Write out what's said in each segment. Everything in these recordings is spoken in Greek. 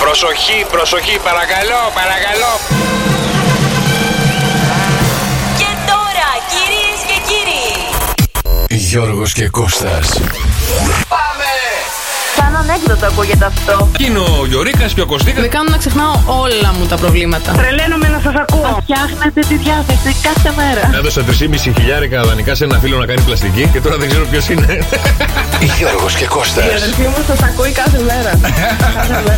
Προσοχή, προσοχή, παρακαλώ, παρακαλώ. Και τώρα, κυρίες και κύριοι, Γιώργος και Κώστας. Σαν ανέκδοτο ακούγεται αυτό. Ναι, Είναι ο Γιωρίκας και ο Κωστίκας. Με κάνουν να ξεχνάω όλα μου τα προβλήματα. Τρελαίνομαι να σας ακούω. Φτιάχνετε τη διάθεση κάθε μέρα. Έδωσα 3,5 χιλιάρικα δανεικά σε ένα φίλο να κάνει πλαστική και τώρα δεν ξέρω ποιος είναι. Γιώργος και Κώστας. αδελφή μου σας ακούει κάθε μέρα.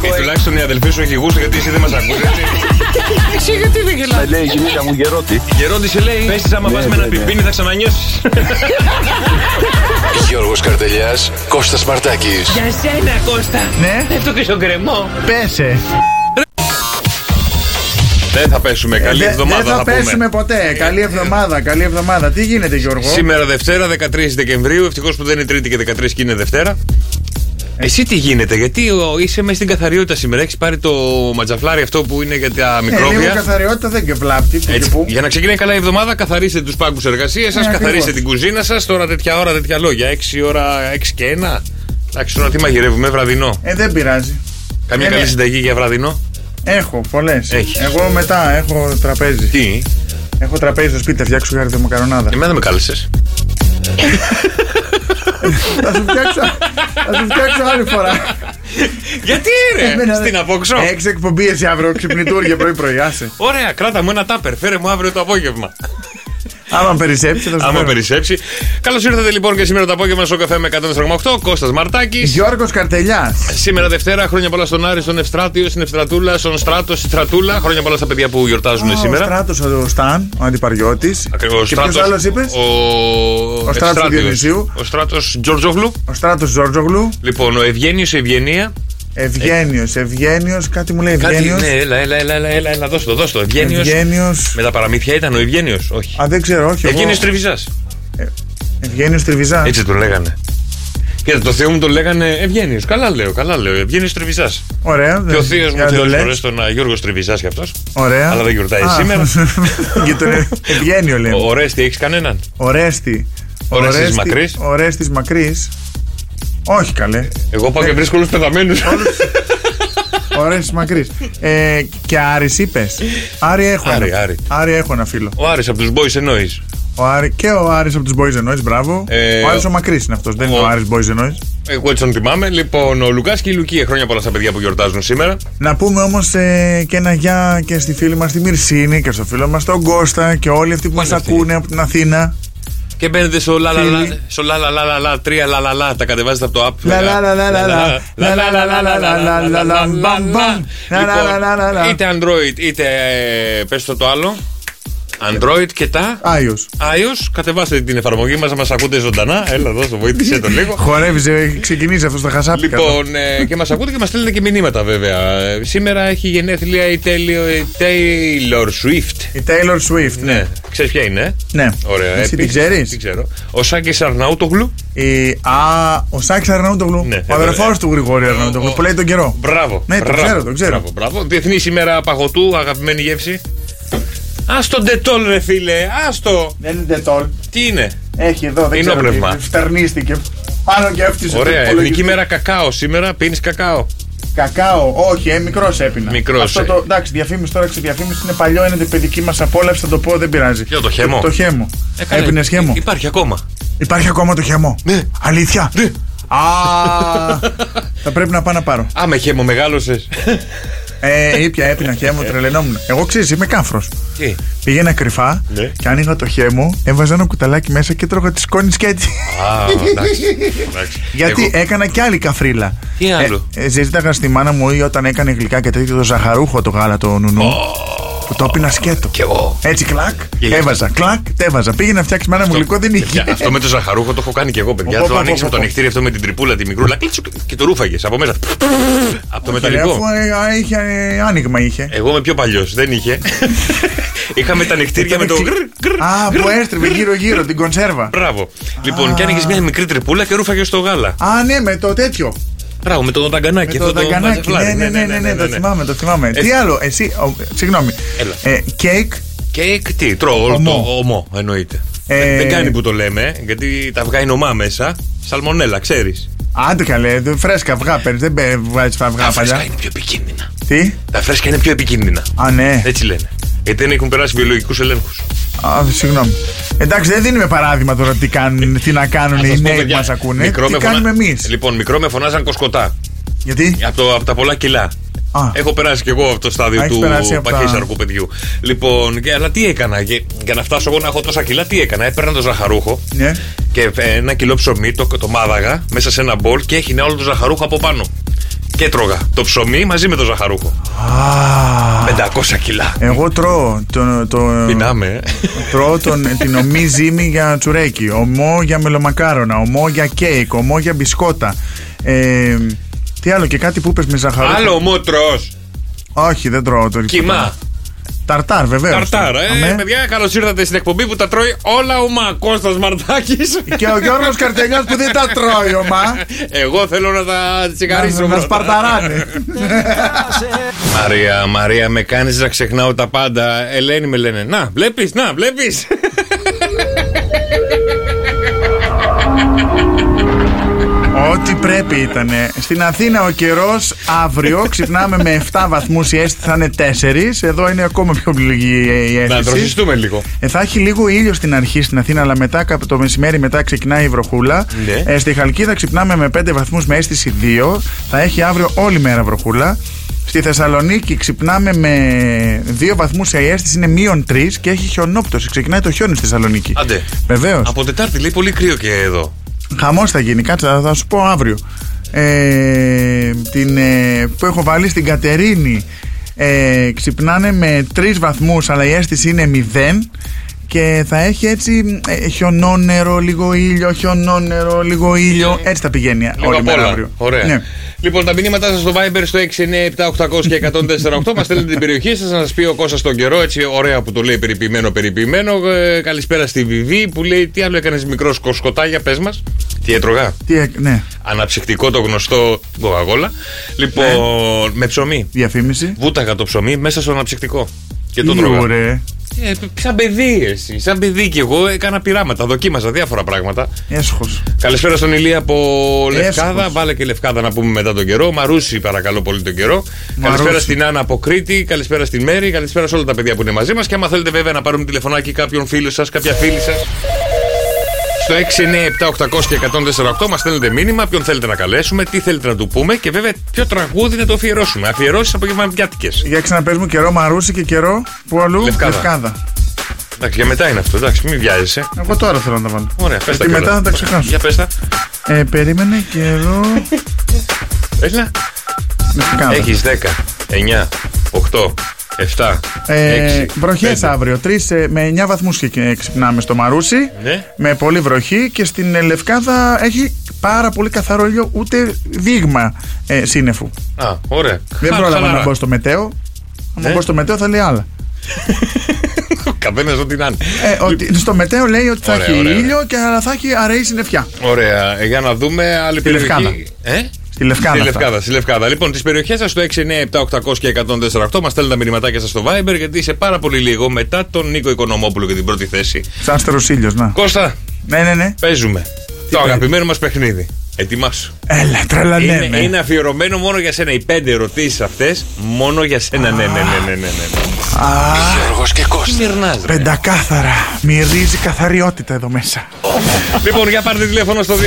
Ε, τουλάχιστον η αδελφή σου έχει γούστο γιατί εσύ δεν μας ακούσει. Εσύ γιατί δεν γελάς. Λέει η γυναίκα μου γερότη. Η ερώτηση λέει: Πέσει άμα Ναι, πας με ένα πιπίνι θα ξανανιώσεις. Γιώργος Καρτελιάς, Κώστας Μαρτάκης. Για σένα, Κώστα. Ναι, Δεν το κρίσω κρεμό. πέσε. Δεν θα πέσουμε. Καλή Ε, Δε- εβδομάδα Δεν θα, θα πέσουμε πούμε. Ε. ποτέ. Καλή εβδομάδα, καλή εβδομάδα. Τι γίνεται, Γιώργο. Σήμερα Δευτέρα, 13 Δεκεμβρίου. Ευτυχώς που δεν είναι Τρίτη και 13 και είναι Δευτέρα. Εσύ τι γίνεται, γιατί ο, είσαι μέσα στην καθαριότητα σήμερα. Έχεις πάρει το ματζαφλάρι αυτό που είναι για τα Ε, λίγο μικρόβια. καθαριότητα δεν και βλάπτει. που Έτσι, και που. για να ξεκινάει καλά η εβδομάδα, καθαρίστε τους πάγκους εργασίας σας, Ναι, καθαρίστε ακριβώς. την κουζίνα σας. Τώρα τέτοια ώρα, τέτοια λόγια. 6 ώρα, 6 και 1. Εντάξει, τώρα τι μαγειρεύουμε, βραδινό. Ε, δεν πειράζει. Καμιά Ε, καλή ναι. συνταγή για βραδινό. Έχω πολλές. Έχεις. Εγώ μετά έχω τραπέζι. Τι, Έχω τραπέζι στο σπίτι, θα φτιάξω χάρτη μακαρονάδα. εμένα δεν με κάλεσες. θα σου φτιάξω, θα σου φτιάξω άλλη φορά. Γιατί ρε, Εμένα Ε, στην δεν- απόξω. Έξι εκπομπή εσύ αύριο, ξυπνητούργια πρωί-πρωί. Άσε. Ε, Ωραία, κράτα μου ένα τάπερ, φέρε μου αύριο το απόγευμα. Άμα περισσέψει, θα σου Άμα φέρω. περισσέψει. Καλώς ήρθατε λοιπόν και σήμερα το απόγευμα στο καφέ με 148. Κώστας Μαρτάκης. Γιώργος Καρτελιάς. Σήμερα Δευτέρα, χρόνια πολλά στον Άρη, στον Ευστράτιο, στην Ευστρατούλα, στον Στράτο, στη Στρατούλα. Χρόνια πολλά στα παιδιά που γιορτάζουν Α, σήμερα. Ο Στράτος, ο Σταν, ο αντιπαριώτης. Ακριβώς, Και ποιος άλλος είπες. Ο, Ο Στράτος του Ευστράτιος. Διονυσίου. Ο στράτος Τζορτζόγλου. Ο Στράτος Ζόρτζογλου. Λοιπόν, ο Ευγένιος Ευγενία. Ευγένιος, Ευγένιος, κάτι μου λέει Κάτι. Ευγένιος. Ναι, έλα, έλα, έλα, έλα, έλα, έλα δώσ' το, δώσ' το. Ευγένιος. Ευγένιος. Με τα παραμύθια ήταν ο Ευγένιος, όχι. Α, δεν ξέρω, όχι. Ευγένιος Τριβιζά. Ευγένιος Τριβιζάς. Έτσι τον λέγανε. Κοίτα, το θείο μου τον λέγανε Ευγένιος. Καλά λέω, καλά λέω. Ευγένιος Τριβιζάς. Ωραία. Και δεν- ο θείο Ναι. για μου να το θεωρεί λες. φορέ τον α, Γιώργος Τριβιζάς κι αυτός. Ωραία. αλλά δεν γιορτάει Α, σήμερα. και τον ε- Ευγένιο λέμε. Ο Ρέστη, έχεις κανέναν. Ορέστη. Ορέστης Μακρύς. Ορέστη Μακρύς. Όχι καλέ. Εγώ Ναι. πάω και βρίσκω όλους πεθαμένους. Ορέστη Μακρύς. Ε, και Άρης είπες. Άρη έχω Άρη, ένα. Άρη. έχω ένα φίλο. Ο Άρης από τους Boys εννοείς. Ο Άρη, και ο Άρης από τους Boys and Noise, μπράβο. Ε, ο Άρης ο Μακρύς είναι αυτός, δεν ο- είναι ο Άρης Boys and Noise. Εγώ έτσι τον θυμάμαι. Λοιπόν, ο Λουκάς και η Λουκία χρόνια πολλά στα παιδιά που γιορτάζουν σήμερα. Να πούμε όμως ε, και ένα γεια και στη φίλη μας τη Μυρσίνη και στο φίλο μας τον Κώστα και όλοι αυτοί που μας αυτοί. ακούνε από την Αθήνα. Και μπαίνετε στο λα λα λα, Φίλοι. στο λα λα λα λα λα, τρία λα λα λα, τα κατεβάζετε από το app. Λα λα λα λα λα λα, λα λα λα λα λα λα λα λα λα, μπαμ μπαμ, λα λα λα λα λα λα. Λοιπόν, Είτε Android είτε ε, πες το το άλλο. Android και τα Άγιο. iOS, κατεβάστε την εφαρμογή μας να μας ακούτε ζωντανά. Έλα εδώ, στο βοήθησε το λίγο. Χορεύεις, έχει ξεκινήσει ε, αυτό στα χασάπικα. Λοιπόν, ε, και μας ακούτε και μας στέλνετε και μηνύματα βέβαια. Ε, Σήμερα έχει γενέθλια η Τέλιο- η Taylor Swift. Η Taylor Swift. Ναι, ξέρεις ποια είναι. ε? Ναι. Ωραία, Εσύ την επίσης, ξέρεις. την ξέρω. Ο Σάκης Αρναούτογλου. Η- Α, ο Σάκης Αρναούτογλου. Ναι, Ο ε, ε, αδερφό του Γρηγόρη ο- Αρναούτογλου που λέει τον καιρό. Μπράβο. Ναι, το μπράβο, ξέρω, το ξέρω. Μπράβο, μπράβο. Διεθνή ημέρα παγωτού, αγαπημένη γεύση. Ας το ντετόλ, ρε φίλε. Ας το. Δεν είναι τόλ. Τι είναι. Έχει εδώ, δεν Είναι ξέρω. όπλευμα. τι, Φτερνίστηκε. Πάνω και έφτιασε. Ωραία. το Εθνική υπολογιστή. μέρα κακάο σήμερα. Πίνεις κακάο. Κακάο, όχι, ε, μικρός έπεινα. Μικρός, ε. Αυτό το, εντάξει, διαφήμιση τώρα, ξεδιαφήμιση είναι παλιό, είναι την παιδική μας απόλαυση, θα το πω, δεν πειράζει. Ποιο, το χέμο? Το, το χέμο. Έπινες χέμο. Ε, υ- Υπάρχει ακόμα. Υπάρχει ακόμα το χέμο. Ναι. Αλήθεια. Ναι. Α, θα πρέπει να πάω να πάρω. Α, με χέμο μεγάλωσες. Ε, ήπια, έπινα χέμο, τρελαινόμουν. Εγώ ξέρεις, είμαι κάφρος. Τι. Πήγαινα κρυφά Ναι. και άνοιγα το χέμο, έβαζα ένα κουταλάκι μέσα και τρώγα τη σκόνη και έτσι. Α, εντάξει. εντάξει. Γιατί Εγώ- έκανα και άλλη καφρίλα. Τι άλλο? Ε, ε, ζήταγα στη μάνα μου ή όταν έκανε γλυκά και τέτοιο το ζαχαρούχο το γάλα το νουνού. Που το έπινα σκέτο. Κι εγώ. Έτσι, κλακ, Και- έβαζα. Κλακ, τέβαζα. Πήγε να φτιάξει μάνα μου γλυκό, δεν είχε. Παιδιά, αυτό με το ζαχαρούχο το έχω κάνει και εγώ, παιδιά. Οπό, Το οπό, ανοίξαμε οπό, το οπό. νυχτήρι αυτό με την τρυπούλα, τη μικρούλα. κλίτσου, Και το ρούφαγες από μέσα. Από το Ρε, μεταλλικό. Αφού ε, α, είχε ε, άνοιγμα είχε. Εγώ είμαι πιο παλιός, δεν είχε. Είχαμε τα νυχτήρια με το. γκρ, γκρ, Α, γκρ. που έστριβε γύρω-γύρω την κονσέρβα. Μπράβο. Λοιπόν, και άνοιγες μια μικρή τρυπούλα και ρούφαγες στο γάλα. Α, ναι, με το τέτοιο. Μπράβο, με το Με ταγκανάκι. το δαγκανάκι. Ναι, ναι, ναι, ναι, ναι, το θυμάμαι, το θυμάμαι. Ε, Τι άλλο, εσύ, ο, συγγνώμη. Έλα. Ε, Κέικ, Κέικ, τι, τρώω όλο Ομό. το ομό, εννοείται. Ε, Δεν κάνει που το λέμε, γιατί τα αυγά είναι ομά μέσα. Σαλμονέλα, ξέρεις. Άντε καλέ, δε- φρέσκα αυγά παίρνεις. Δεν παί- βγάζεις αυγά Τα φρέσκα παλιά. είναι πιο επικίνδυνα. Τι, Τα φρέσκα είναι πιο επικίνδυνα. α ναι. Έτσι λένε. Γιατί δεν έχουν περάσει βιολογικούς ελέγχους. Α, συγγνώμη. Εντάξει, δεν δίνουμε παράδειγμα τώρα τι, Ε, κάνουν, τι να κάνουν οι νέοι που μας ακούνε. Τι κάνουμε εμείς. Λοιπόν, μικρό με φωνάζαν κοσκοτά. Γιατί. Από, το, από τα πολλά κιλά. Α. Έχω περάσει κι εγώ από το στάδιο Α, έχεις του περάσει από τα- παχύσαρκου παιδιού. Λοιπόν, και- αλλά τι έκανα. Για, για να φτάσω εγώ να έχω τόσα κιλά, τι έκανα. Έπαιρνα το ζαχαρούχο Ναι. και ε, ένα κιλό ψωμί, το, το μάδαγα μέσα σε ένα μπολ και έχει όλο το ζαχαρούχο από πάνω. Και τρώγα το ψωμί μαζί με το ζαχαρούχο. Α, 500 κιλά. εγώ τρώω. Το, το, Πεινάμε. ε. τρώω τον, την ομή ζύμη για τσουρέκι, ομό για μελομακάρονα, ομό για κέικ, ομό για μπισκότα. Ε, τι άλλο και κάτι που είπες με ζαχαρό. Άλλο ομότρο. Όχι, δεν τρώω το ρηχό. Κοιμά. Ταρτάρ, βεβαίως. Ταρτάρα. Ε, παιδιά, καλώς ήρθατε στην εκπομπή που τα τρώει όλα ο Μακώστα Μαρτάκης. Και ο Γιώργος Καρτενιάς που δεν τα τρώει, ομά. Εγώ θέλω να τα τσιγαρίσω. Να, να πρώτα. σπαρταράνε. Μαρία, Μαρία, με κάνεις να ξεχνάω τα πάντα. Ελένη με λένε. Να, βλέπεις, να, βλέπεις. Ό,τι πρέπει ήταν. Στην Αθήνα ο καιρός αύριο ξυπνάμε με 7 βαθμούς, η αίσθηση θα είναι 4. Εδώ είναι ακόμα πιο πληγή ε, η να αίσθηση. δροσιστούμε λίγο. Ε, θα έχει λίγο ήλιο στην αρχή στην Αθήνα, αλλά μετά κάπου το μεσημέρι μετά ξεκινάει η βροχούλα. Ναι. Ε, στη Χαλκίδα ξυπνάμε με 5 βαθμούς με αίσθηση 2. Θα έχει αύριο όλη μέρα βροχούλα. Στη Θεσσαλονίκη ξυπνάμε με 2 βαθμούς, η αίσθηση είναι μείον 3 και έχει χιονόπτωση. Ξεκινάει το χιόνι στη Θεσσαλονίκη. Άντε. Βεβαίως. Από Τετάρτη λέει πολύ κρύο και εδώ. Χαμός θα γίνει, κάτσε, θα, θα σου πω αύριο. Ε, την, ε, που έχω βάλει στην Κατερίνη. Ε, ξυπνάνε με 3 βαθμούς, αλλά η αίσθηση είναι 0. Και θα έχει έτσι ε, χιονόνερο, λίγο ήλιο, χιονόνερο, λίγο ήλιο. Έτσι θα πηγαίνει Λίγο όλη απ' μέρα όλα. αύριο. Ωραία. Ναι. Λοιπόν, τα μηνύματά σας στο Viber στο 697-800 και 1048. Μας στέλνετε την περιοχή σας να σας πει ο Κώστας τον καιρό. Έτσι, ωραία που το λέει περιποιημένο, περιποιημένο. Ε, καλησπέρα στη Βιβί που λέει τι άλλο έκανες μικρός κοσκοτάγια, πες μας. Τι έτρωγα. Τι, έκ- ναι, Αναψυκτικό το γνωστό κοκαγόλα. Λοιπόν, με ψωμί. διαφήμιση. Βούταγα το ψωμί μέσα στο αναψυκτικό. Και το Ιου, τρώγα. ρε. Ε, σαν παιδί εσύ. Σαν παιδί κι εγώ έκανα πειράματα. Δοκίμαζα διάφορα πράγματα. Έσχος. Καλησπέρα στον Ηλία από Λευκάδα. Έσχος. Βάλε και Λευκάδα να πούμε μετά τον καιρό. Μαρούση, παρακαλώ πολύ τον καιρό. Καλησπέρα στην Άννα από Κρήτη. Καλησπέρα στην Μέρη. Καλησπέρα σε όλα τα παιδιά που είναι μαζί μας. Και άμα θέλετε, βέβαια, να πάρουμε τηλεφωνάκι κάποιον φίλο σας, κάποια φίλη σας. Στο 6, 9, 7, 800 και 148 μας στέλνετε μήνυμα. Ποιον θέλετε να καλέσουμε, τι θέλετε να του πούμε και βέβαια ποιο τραγούδι να το αφιερώσουμε. Αφιερώσεις απογευματιάτικε. Για ξαναπες μου καιρό Μαρούσι και καιρό που αλλού Λευκάδα. Εντάξει, για μετά είναι αυτό. Εντάξει, μην βιάζεσαι. Εγώ τώρα θέλω να τα βάλω. Ωραία, πες τα Γιατί κιόλας. Ε, μετά θα τα ξεχάσω. Για πες τα. Ε, περίμενε καιρό. Έλα. Λευκάδα. Έχεις 10, 9, 8, 7, Ε, 6. βροχές πέντε. αύριο. 3 με 9 βαθμού ε, ξυπνάμε στο Μαρούσι. Ναι. Με πολύ βροχή και στην ε, Λευκάδα έχει πάρα πολύ καθαρό ήλιο, ούτε δείγμα ε, σύννεφου. Α, ωραία. Δεν Χα- πρόλαβα χαλαρά. να μπω στο μετέο. Αν Ναι. μπω στο μετέο θα λέει άλλα. Ο καθένας ό,τι να είναι. Ε, ότι, στο μετέο λέει ότι θα Ωραία, έχει ωραία, ωραία. ήλιο και αλλά θα έχει αραιή συννεφιά. Ωραία, ε, για να δούμε άλλη Στη περιοχή. Λευκάδα. Ε? Στη Λευκάδα. Στη αυτά. Λευκάδα, στη Λευκάδα. Λοιπόν, τις περιοχές σας στο 6, 9, 7, 800 και 148 μας στέλνετε τα μηνυματάκια σας στο Viber γιατί σε πάρα πολύ λίγο μετά τον Νίκο Οικονομόπουλο και την πρώτη θέση. Σαν στεροσίλιο, να. Κώστα, Ναι, ναι, ναι. παίζουμε. το αγαπημένο μας παιχνίδι. Ετοιμάσου. Έλα, είναι, τρελανέμε. είναι αφιερωμένο μόνο για σένα. Οι πέντε ερωτήσεις αυτές μόνο για σένα. Ναι, ναι, ναι, ναι, ναι. ναι, ναι. Γιώργος και Κώστας. Μυρνάς, ρε. Πεντακάθαρα. Μυρίζει καθαριότητα εδώ μέσα. Λοιπόν, για πάρτε τηλέφωνο στο 210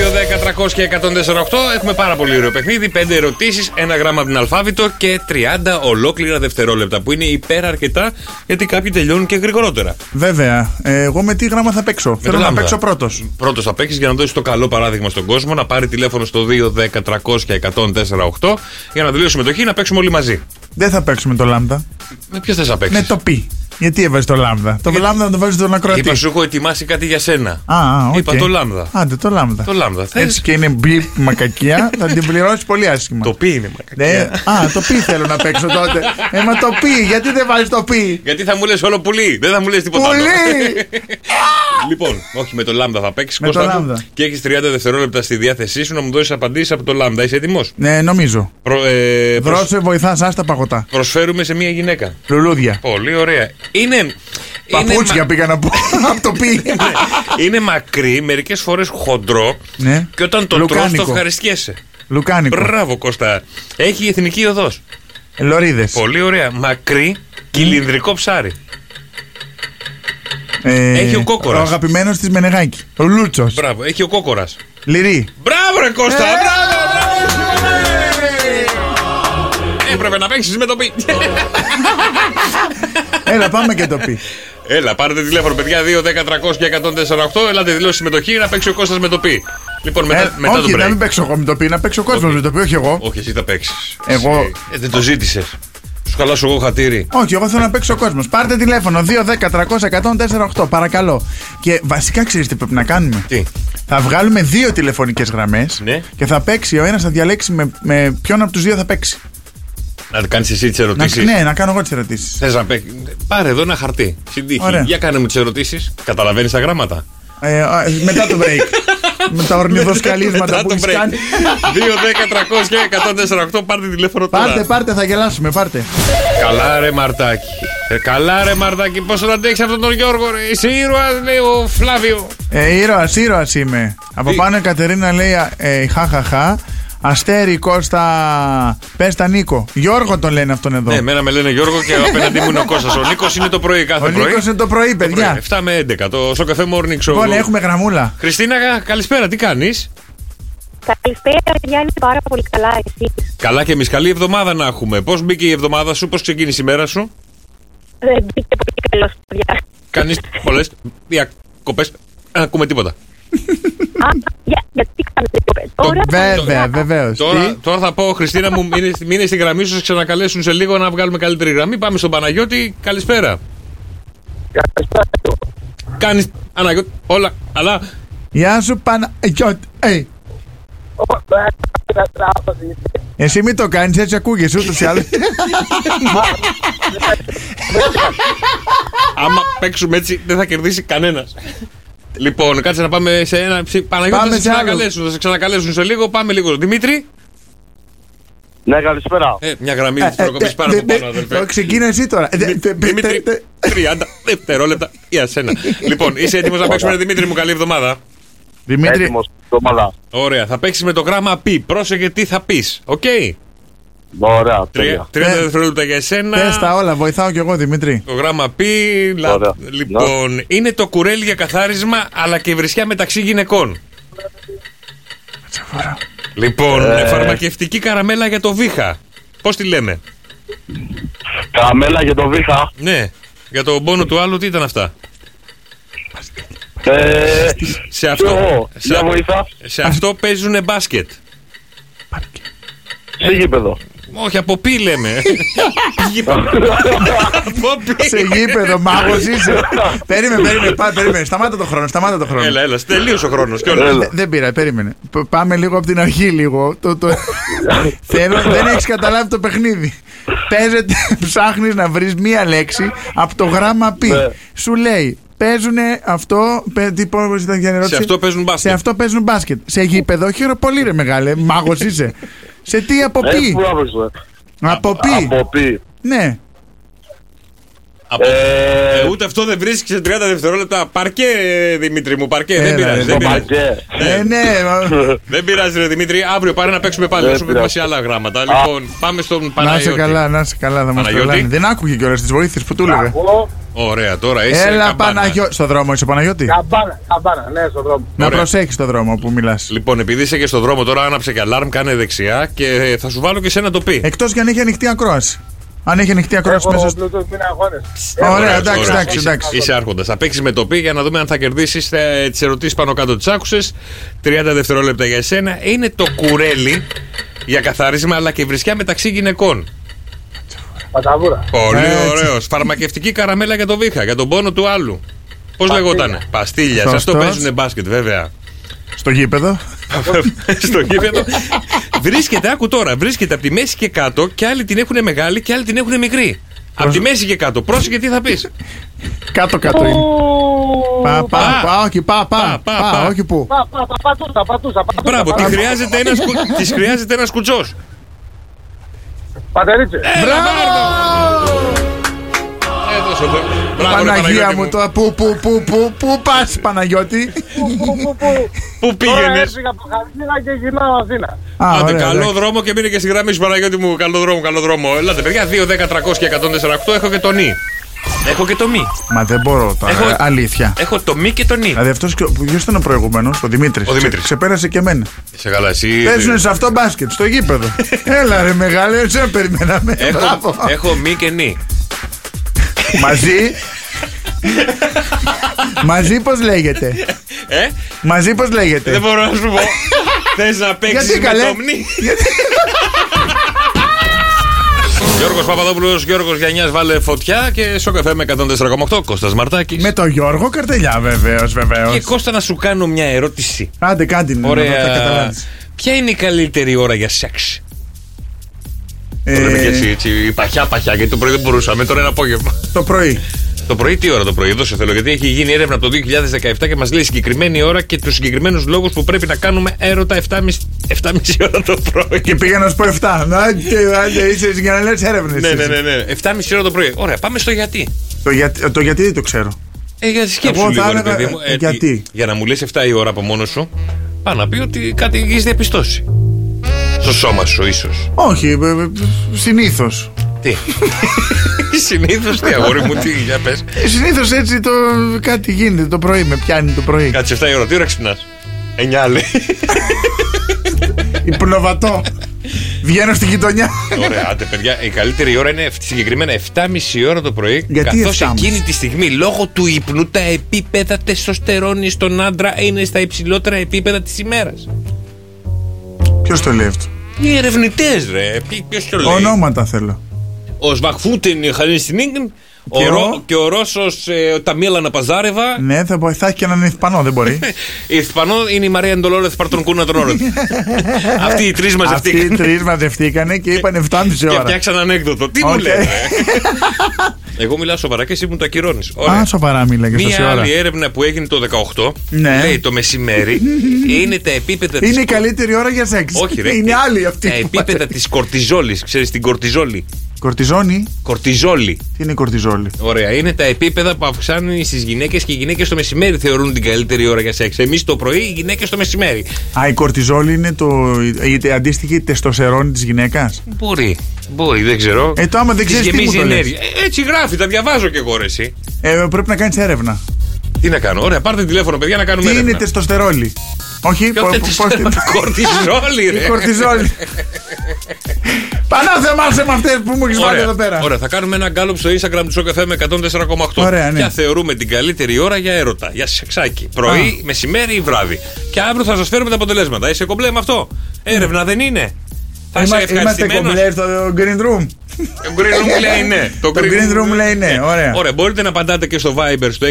300 και 148. Έχουμε πάρα πολύ ωραίο παιχνίδι. 5 ερωτήσεις, ένα γράμμα από την αλφάβητο και 30 ολόκληρα δευτερόλεπτα. Που είναι υπεραρκετά γιατί κάποιοι τελειώνουν και γρηγορότερα. Βέβαια, ε, εγώ με τι γράμμα θα παίξω. Θέλω να λάμδα. παίξω πρώτος. Πρώτος θα παίξεις για να δώσεις το καλό παράδειγμα στον κόσμο, να πάρει τηλέφωνο στο 210 300 και 148 για να δηλώσει συμμετοχή να παίξουμε όλοι μαζί. Δεν θα παίξουμε το λάμδα. Με ποιος θες να παίξεις. Με το πι. Γιατί έβαζε το λάμδα. Το λάμδα να το βάζει στον ακροατή. Είπα, σου έχω ετοιμάσει κάτι για σένα. Α, α, οκ. Είπα το λάμδα. Άντε, το λάμδα. Το λάμδα. Θες? Έτσι και είναι μπιπ μακακιά, θα την πληρώσει πολύ άσχημα. Το πει είναι μακακιά. Ναι, α, το πι θέλω να παίξω τότε. Ε, μα το πι, γιατί δεν βάζεις το πι. Γιατί θα μου λες όλο πουλί, δεν θα μου λες τίποτα άλλο. Πουλί! Λοιπόν, όχι με το λάμδα θα παίξεις Με το λάμδα. Και έχεις 30 δευτερόλεπτα στη διάθεσή σου να μου δώσεις απαντήσεις από το λάμδα. Είσαι έτοιμος. Ναι, νομίζω. Προ, ε, προσ- Δώσε βοηθάς, άστα παγωτά. Προσφέρουμε σε μια γυναίκα. Λουλούδια. Πολύ ωραία. Είναι, Παπούτσια μα- Ναι. πήγα να πω. Από το πι. Είναι μακρύ, μερικές φορές χοντρό. Ναι. Και όταν το τρως το Λουκάνικο. ευχαριστιέσαι. Λουκάνικο. Μπράβο, Κώστα. Έχει η εθνική οδός. Λωρίδες. Πολύ ωραία. Μακρύ, Ναι. κυλινδρικό ψάρι. έχει ο κόκορας. Ε, Ο αγαπημένος της Μενεγάκη. Ο Λούτσος. Μπράβο, έχει ο κόκορας. Λυρί. Μπράβο, ρε Κώστα! Ε! Μπράβο, μπράβο! Έπρεπε να παίξεις με το πι. Έλα, πάμε και το πι. Έλα, πάρετε τηλέφωνο, παιδιά. 2, 10, 300 και 148. Έλατε δηλώσει συμμετοχή να παίξει ο Κώστας με το πι. Λοιπόν, μετά, Ε, μετά όχι, το να μην break. παίξω εγώ με το πι, να παίξω ο κόσμο Όχι. με το πι, όχι εγώ. Όχι, εσύ θα παίξεις. Εγώ- Ε, δεν το ζήτησες. Σου χαλάσω εγώ χατήρι. Όχι, εγώ θέλω να παίξει ο κόσμος. Πάρτε τηλέφωνο 2-10-300-148, παρακαλώ. Και βασικά ξέρεις τι πρέπει να κάνουμε. Τι. Θα βγάλουμε δύο τηλεφωνικές γραμμές Ναι. και θα παίξει ο ένας, θα διαλέξει με, με ποιον από τους δύο θα παίξει. Να κάνεις εσύ τις Να, ερωτήσει. ναι, να κάνω εγώ τις ερωτήσεις. Θες να παίξει. Πάρε εδώ ένα χαρτί. Συντύχη. Ωραία. Για κάνε μου τις ερωτήσεις. Καταλαβαίνεις τα γράμματα. Ε, α, μετά το break. με τα ορνιδοσκαλίσματα Μετά που το έχεις break. κάνει. 2, 10, 300 και 148. Πάρτε τηλέφωνο τώρα. πάρτε, πάρτε, θα γελάσουμε, πάρτε. Καλά ρε μαρτάκι. Ε, καλά ρε μαρτάκι. Πόσο να αντέξεις αυτόν τον Γιώργο. Ρε. Είσαι ήρωας, λέει ο Φλάβιο. Ε, ήρωας, ήρωας είμαι. Από Τι? πάνω η Κατερίνα λέει ε, χαχαχά. Αστέρι Κώστα, πες τα Νίκο. Γιώργο τον λένε αυτόν εδώ. Ναι, εμένα με λένε Γιώργο και απέναντί μου είναι ο Κώστας. Ο Νίκος είναι το πρωί κάθε Ο πρωί. Νίκος είναι το πρωί, παιδιά. 7 με 11 το, στο καφέ Morning Show. Λοιπόν, έχουμε γραμμούλα. Χριστίνα, καλησπέρα, τι κάνεις. Καλησπέρα, Γιάννη, πάρα πολύ καλά εσύ. Καλά και εμείς. Καλή εβδομάδα να έχουμε. Πώς μπήκε η εβδομάδα σου, πώς ξεκίνησε η μέρα σου. Δεν μπήκε πολύ καλός παιδιά. Κάνεις πολλές διακοπές. Ακούμε τίποτα. Α, για- γιατί κάνετε κοπέ. Βέβαια, βεβαίως. Τώρα, τώρα θα πω, Χριστίνα μου, μείνε, μείνε στη γραμμή σου, σε ξανακαλέσουν σε λίγο να βγάλουμε καλύτερη γραμμή. Πάμε στον Παναγιώτη, καλησπέρα. Κάνει Αναγιώτη, όλα, αλλά. Γεια σου, Παναγιώτη. Ε, Εσύ μην το κάνεις έτσι ακούγεσαι ούτως ή άλλως. Άμα παίξουμε έτσι, δεν θα κερδίσει κανένας. Λοιπόν, κάτσε να πάμε σε ένα. ψι- Παναγιώτης, Πάμε θα σε σε άλλο. ξανακαλέσουν, θα σε ξανακαλέσουν σε λίγο. Πάμε λίγο. Δημήτρη, Ναι, καλησπέρα. ε, μια γραμμή θα προκοπήσει πάνω από πάνω, αδελφέ. Ξεκίνα εσύ τώρα. Ε, δε- δε- Δημήτρη, δε- 30 δευτερόλεπτα για σένα. λοιπόν, είσαι έτοιμος να παίξουμε, Δημήτρη μου, καλή εβδομάδα. Δημήτρη, Έτοιμος, εβδομάδα. Ωραία, θα παίξεις με το γράμμα πι. Πρόσεχε τι θα πεις. Οκ. Ωραία, Τρία- τέλεια. 30 Ε, δευτερόλεπτα για εσένα. πες τα όλα, βοηθάω κι εγώ Δημήτρη. Το γράμμα πι. λα- Ωραία. Λοιπόν, είναι το κουρέλι για καθάρισμα αλλά και βρισιά μεταξύ γυναικών. Λοιπόν, Ε. φαρμακευτική καραμέλα για το βήχα. Πώς τη λέμε. Καμέλα για τον Βίχα. Ναι, για το πόνο του άλλου, τι ήταν αυτά. Ε, Σε εγώ, αυτό, σε, για βοηθά. σε αυτό παίζουν μπάσκετ. Σε γήπεδο. Όχι, από πι λέμε. από πι. Σε γήπεδο, μάγος είσαι. Περίμενε, περίμενε, πά- περίμενε. Σταμάτα το χρόνο, σταμάτα το χρόνο. Έλα, έλα, τελείωσε ο χρόνος κιόλα. Έλα. Δε- Δεν πήρα, περίμενε. Π- Πάμε λίγο από την αρχή λίγο. Το, το... Θέλω, δεν έχεις καταλάβει το παιχνίδι. Παίζεται, ψάχνεις να βρεις μία λέξη από το γράμμα π. Ναι. Σου λέει, παίζουνε αυτό. Παι, τι πώς ήταν για ερώτηση. Σε αυτό παίζουν Σε μπάσκετ. αυτό παίζουν μπάσκετ. Σε γήπεδο, χαίρο πολύ ρε μεγάλε. Μάγος είσαι. Σε τι από π. Ε, πού άπεξε. από π. Από πι. Ναι. Από Ε, Ε, ούτε αυτό δεν βρίσκεις σε 30 δευτερόλεπτα. Παρκέ, ε, Δημήτρη μου, παρκέ. Έλα, δεν πειράζει. ρε, Δεν το πειράζει. μπαγκέ. Ε, ναι. Δεν πειράζει, ρε Δημήτρη. Αύριο πάρε να παίξουμε πάλι. Δεν Όσο έχουμε πειράζει. σε άλλα γράμματα. Λοιπόν, πάμε στον να σε Παναγιώτη. καλά, να σε καλά, θα μας Παναγιώτη. τρελάνει. Δεν άκουγε κιόλας τις βοήθειες που του έλεγα. Εγώ, Ωραία, τώρα είσαι. Έλα, καμπάνα. Παναγιώτη. Στο δρόμο είσαι, Παναγιώτη. καμπάνα, καμπάνα, ναι, στον δρόμο. Να Ωραία. προσέχεις το δρόμο που μιλάς. Λοιπόν, επειδή είσαι και στον δρόμο τώρα, άναψε και αλάρμ, κάνε δεξιά και ε, θα σου βάλω και σένα το πει. Εκτός και αν έχει ανοιχτή ακρόαση. Αν έχει ανοιχτή ακρόαση μέσα στο. Bluetooth είναι αγώνες. Ε, Ωραία, εντάξει, εντάξει, Είσαι- εντάξει. Είσαι άρχοντας. Θα παίξεις με το πει για να δούμε αν θα κερδίσεις τις ερωτήσεις πάνω κάτω τις άκουσες. 30 δευτερόλεπτα για εσένα. Είναι το κουρέλι για καθάρισμα αλλά και βρισιά μεταξύ γυναικών. Παταβούρα. Πολύ Έτσι. ωραίο. Φαρμακευτική καραμέλα για το βήχα, για τον πόνο του άλλου. Πώς λεγότανε. Παστίλια. Σε αυτό Σωστός. παίζουν μπάσκετ, βέβαια. Στο γήπεδο. Στο γήπεδο. βρίσκεται, άκου τώρα, βρίσκεται από τη μέση και κάτω και άλλοι την έχουν μεγάλη και άλλοι την έχουν μικρή. Από τη μέση και κάτω. Πρόσεχε τι θα πεις. Κάτω-κάτω είναι. Πα, πα, Πα. πα, όχι, πα, πα, Πα, πα, πα, πα. όχι που. Πατούσα, πατούσα, Μπράβο, τη χρειάζεται ένας της χρειάζεται ένας κουτσός. Πατερίτσε. Ε, Μπράβο! Έδωσε το. Μπράβο, ρε, Παναγία Παναγιώτη μου, μου. τώρα πού, πού, πού, πού, πού πας Παναγιώτη. Πού Τώρα πήγαινες. έφυγα από Χαλκίδα και γυρνάω Αθήνα. Α, Άντε, ωραία, καλό εντάξει. δρόμο και μείνε και στη γραμμή σου, Παναγιώτη μου. Καλό δρόμο, καλό δρόμο. Ελάτε, παιδιά. 2, 10, 300 και 148. Έχω και το νι. Έχω και το μη. Μα δεν μπορώ Έχω- Ε- τώρα, αλήθεια. Έχω το μη και το νι. Δηλαδή αυτός. Ποιος ήταν ο προηγούμενος, ο Δημήτρης. Ο Δημήτρης. Ξεπέρασε και εμένα. Σε καλά, εσύ. Παίζουν σε αυτό μπάσκετ, στο γήπεδο. Έλα ρε μεγάλε, έτσι δεν περιμέναμε. Έχω, Μπράβο. έχω μη και νι. Μαζί. Μαζί πώς λέγεται. Ε, Μαζί πώς δεν λέγεται. μπορώ να σου πω. Θες να παίξεις Γιατί με καλέ. το μνη. Γιατί- Γιώργος Παπαδόπουλος, Γιώργος Γιανιά, βάλε φωτιά και σοκαφέ με 104,8. Κώστας Μαρτάκης. Με τον Γιώργο Καρτελιά, βεβαίως, βεβαίως. Και Κώστα να σου κάνω μια ερώτηση. Άντε, κάτι μου. να τα Ωραία. ναι, καταλάβεις. Ποια είναι η καλύτερη ώρα για σεξ. Το λέμε και έτσι, Ε, έτσι, παχιά, παχιά, γιατί το πρωί δεν μπορούσαμε, τώρα είναι απόγευμα. το πρωί. Το πρωί, τι ώρα το πρωί, εδώ σε θέλω, γιατί έχει γίνει έρευνα από το 2017 και μας λέει συγκεκριμένη ώρα και τους συγκεκριμένους λόγους που πρέπει να κάνουμε έρωτα 7,5 7,5 ώρα το πρωί. Και πήγα να σου πω 7. Να και άντε, είσαι για να λες έρευνες. ναι, ναι, ναι, ναι. 7,5 ώρα το πρωί. Ωραία, πάμε στο γιατί. Το, γιατί- το γιατί δεν το ξέρω. Ε, για σκέψου Εγώ θα λίγο, ρε έλεγα, παιδί μου. ε, γιατί? Για να μου λες 7 η ώρα από μόνο σου, πάω να πει ότι κάτι έχεις διαπιστώσει. Στο σώμα σου, ίσως. Όχι, ε, συνήθως. Τι. Συνήθως τι, αγόρι μου, τι, για πες. Συνήθω Ε, έτσι το κάτι γίνεται το πρωί, με πιάνει το πρωί. Κάτσε 7 η ώρα, τι ώρα ξυπνάς. 9 λέει. Υπνοβατό. Βγαίνω στην γειτονιά. Ωραία, άντε παιδιά, η καλύτερη ώρα είναι συγκεκριμένα 7.30 ώρα το πρωί. Γιατί καθώς 7.30? εκείνη τη στιγμή, λόγω του ύπνου, τα επίπεδα τεστοστερόνη στον άντρα είναι στα υψηλότερα επίπεδα της ημέρας. Ποιος το λέει αυτό. Οι ερευνητές, ρε. Ποιος το λέει. Ονόματα θέλω. Ο Σβαχφούτεν Χαλίνστινγκ. Ο Και ο- Ρο- και ο Ρώσος ε, Ταμίλα Ναπαζάρεβα. Ναι, θα, μπο- θα έχει και έναν Ισπανό, δεν μπορεί. Η Ισπανό είναι η Μαρία Ντολόρεθ Παρτονκούνα των Όρεθ. Αυτοί οι τρεις Αυτοί οι μαζευτήκαν. τρεις μαζευτήκανε και είπαν 7,5 Και ώρα. φτιάξαν ανέκδοτο. Τι μου Οκ. λέτε. Εγώ μιλάω σοβαρά και εσύ μου το ακυρώνεις. Α, σοβαρά μίλαγε τόση Μία ώρα. άλλη έρευνα που έγινε το 18 Ναι. λέει το μεσημέρι είναι τα επίπεδα της Είναι η καλύτερη ώρα για σεξ. Όχι, ρε. Είναι άλλη αυτή. τα που επίπεδα μας- της κορτιζόλης. Ξέρεις την κορτιζόλη. Κορτιζόνη. Κορτιζόλη. Τι είναι η κορτιζόλη. Ωραία. Είναι τα επίπεδα που αυξάνουν στις γυναίκες και οι γυναίκες το μεσημέρι θεωρούν την καλύτερη ώρα για σεξ. Εμείς το πρωί, οι γυναίκες το μεσημέρι. Α, η κορτιζόλη είναι το, η, η αντίστοιχη τεστοσερόνη της γυναίκας. Μπορεί. Μπορεί, δεν ξέρω. Ε, το άμα δεν Τις ξέρεις, τι γεμίζει μου το λες. ενέργεια. Ε, έτσι γράφει, τα διαβάζω κι εγώ ρε, εσύ. Ε, πρέπει να κάνεις έρευνα. Τι να κάνω. Ωραία, πάρτε τηλέφωνο, παιδιά, να κάνουμε Τι έρευνα. είναι τεστοστερόλη. Όχι, Ποιο πο- τε- πο- πώς την- Κορτιζόλη, Η ρε. κορτιζόλη. Πανάθεμά σε με αυτές που μου έχεις βάλει Ωραία. εδώ πέρα. Ωραία, θα κάνουμε ένα γκάλωπ στο Instagram του Σοκαφέ με 104,8. Ωραία, ναι. Ποια θεωρούμε την καλύτερη ώρα για έρωτα, για σεξάκι. Πρωί, μεσημέρι ή βράδυ. Και αύριο θα σας φέρουμε τα αποτελέσματα. Είσαι κομπλέ με αυτό. Έρευνα δεν είναι. Θα είσαι Είμα- είμαστε ευχαριστημένος. κομπλέ στο green room. Το green room λέει ναι. Το green room λέει ναι, ωραία. Ωραία, μπορείτε να απαντάτε και στο Viber στο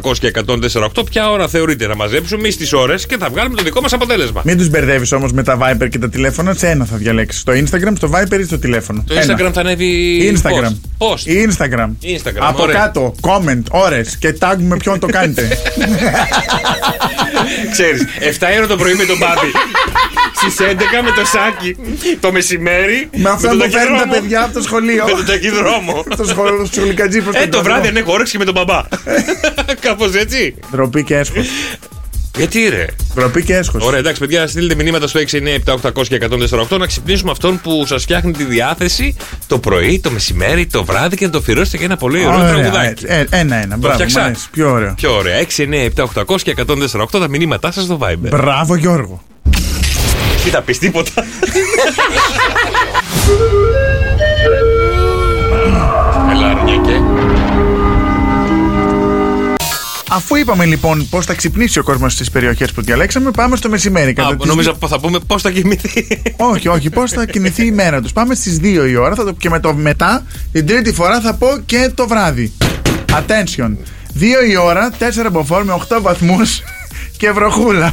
697-800 και 104,8. Ποια ώρα θεωρείτε να μαζέψουμε εμεί τι ώρες και θα βγάλουμε το δικό μας αποτέλεσμα. Μην τους μπερδεύεις όμως με τα Viber και τα τηλέφωνα. Σε ένα θα διαλέξεις. Στο Instagram, στο Viber ή στο τηλέφωνο. Το Ένα. Instagram θα ανέβει. Instagram. Πώ. Instagram. Instagram, Από ωραία. κάτω, comment, ώρες και tag με ποιον το κάνετε. Ξέρεις, 7 η ώρα το πρωί με τον Μπάμπη. Στις 11 με το σάκι. Το μεσημέρι. με αυτά τον που φέρνουν τα ταχυδρόμο. παιδιά από το σχολείο. Με τον ταχυδρόμο. Στο σχολείο, στο σχολικατζή προ Ε, το βράδυ ναι. αν έχω όρεξη με τον μπαμπά. Κάπως έτσι. Ντροπή και έσχος. Γιατί ρε. Ντροπή και έσχος. Ε, Ωραία, εντάξει, παιδιά, στείλτε μηνύματα στο 697-800 και 148 να ξυπνήσουμε αυτόν που σας φτιάχνει τη διάθεση το πρωί, το μεσημέρι, το βράδυ και να το αφιερώσετε για ένα πολύ ωραίο τραγουδάκι. Ένα-ένα. Ε, Μπράβο, μ' φτιάξα. αρέσει. Πιο ωραίο. Πιο ωραία. 697-800 και 148 τα μηνύματά σας στο Viber. Μπράβο, Γιώργο. Τι θα πει τίποτα. Έλα, Αρνιακέ. Αφού είπαμε λοιπόν πώς θα ξυπνήσει ο κόσμος στις περιοχές που διαλέξαμε, πάμε στο μεσημέρι. Α, Κατά τις- Νομίζω που θα πούμε πώς θα κοιμηθεί. Όχι, όχι, πώς θα κινηθεί η μέρα τους. Πάμε στις 2 η ώρα θα το... και με το μετά την τρίτη φορά θα πω και το βράδυ. Attention. 2 η ώρα, 4 μποφόρ με 8 βαθμούς και βροχούλα.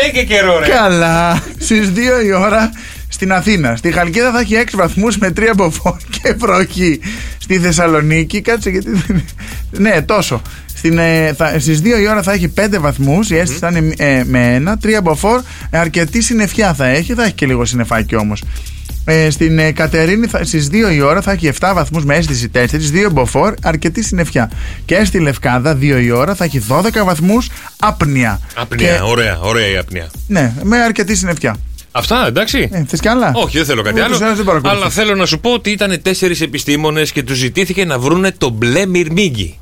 Λέει και καιρό, ρε. Καλά. Στις 2 η ώρα στην Αθήνα. Στη Χαλκίδα θα έχει 6 βαθμούς με 3 μποφόρ και βροχή. Στη Θεσσαλονίκη, κάτσε γιατί. δεν- ναι, τόσο. Στην, ε, θα, στις 2 η ώρα θα έχει 5 βαθμούς, η αίσθηση θα είναι ε, με 1, 3 μποφόρ, ε, αρκετή συννεφιά θα έχει, θα έχει και λίγο συννεφάκι όμως. Ε, στην ε, Κατερίνη στι 2 η ώρα θα έχει 7 βαθμούς με αίσθηση 4, 2 μποφόρ, αρκετή συννεφιά. Και στη Λευκάδα 2 η ώρα θα έχει 12 βαθμούς άπνοια. Απνία, Και- ωραία, ωραία η απνία. Ναι, με αρκετή συννεφιά. Αυτά, εντάξει. Ε, Θες κι άλλα. Όχι, δεν θέλω κάτι Εγώ άλλο. Ναι, τους άλλους δεν παρακολουθώ. Αλλά θέλω να σου πω ότι ήταν τέσσερις επιστήμονες και τους ζητήθηκε να βρούνε το μπλε μυρμίγκι.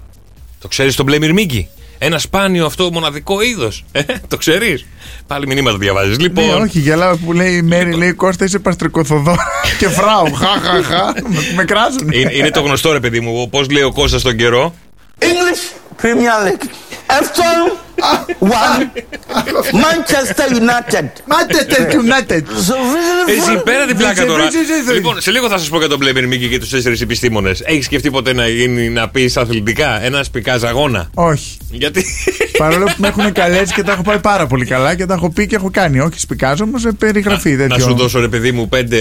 Το ξέρεις το μπλε μυρμίγκι. Ένα σπάνιο αυτό μοναδικό είδος. Ε, το ξέρεις. Πάλι μηνύματα διαβάζεις. Λοιπόν. Ναι, όχι, γελάω που λέει η Μέρη, λέει Κώστα είσαι παστρικοθοδό και φράου. Χα, χα, χα. Με- Με κράζουν. Είναι, είναι το γνωστό ρε παιδί μου, πώς λέει ο Κώστας στον καιρό. English Premier League. Everton 1, Manchester United. United, United. Εσύ πέρα την πλάκα Βρίξε, τώρα. βρίξε, βρίξε. Λοιπόν, σε λίγο θα σας πω για τον Μπλε Μυρμίγκι και τους τέσσερις επιστήμονες. Έχεις σκεφτεί ποτέ να, γίνει- να πεις αθλητικά ένα πικάζ αγώνα. Όχι. Γιατί. Παρόλο που με έχουν καλέσει και τα έχω πάει πάρα πολύ καλά και τα έχω πει και έχω κάνει. Όχι, σπικάζω όμως περιγραφή. να τέτοιο. σου δώσω ρε παιδί μου πέντε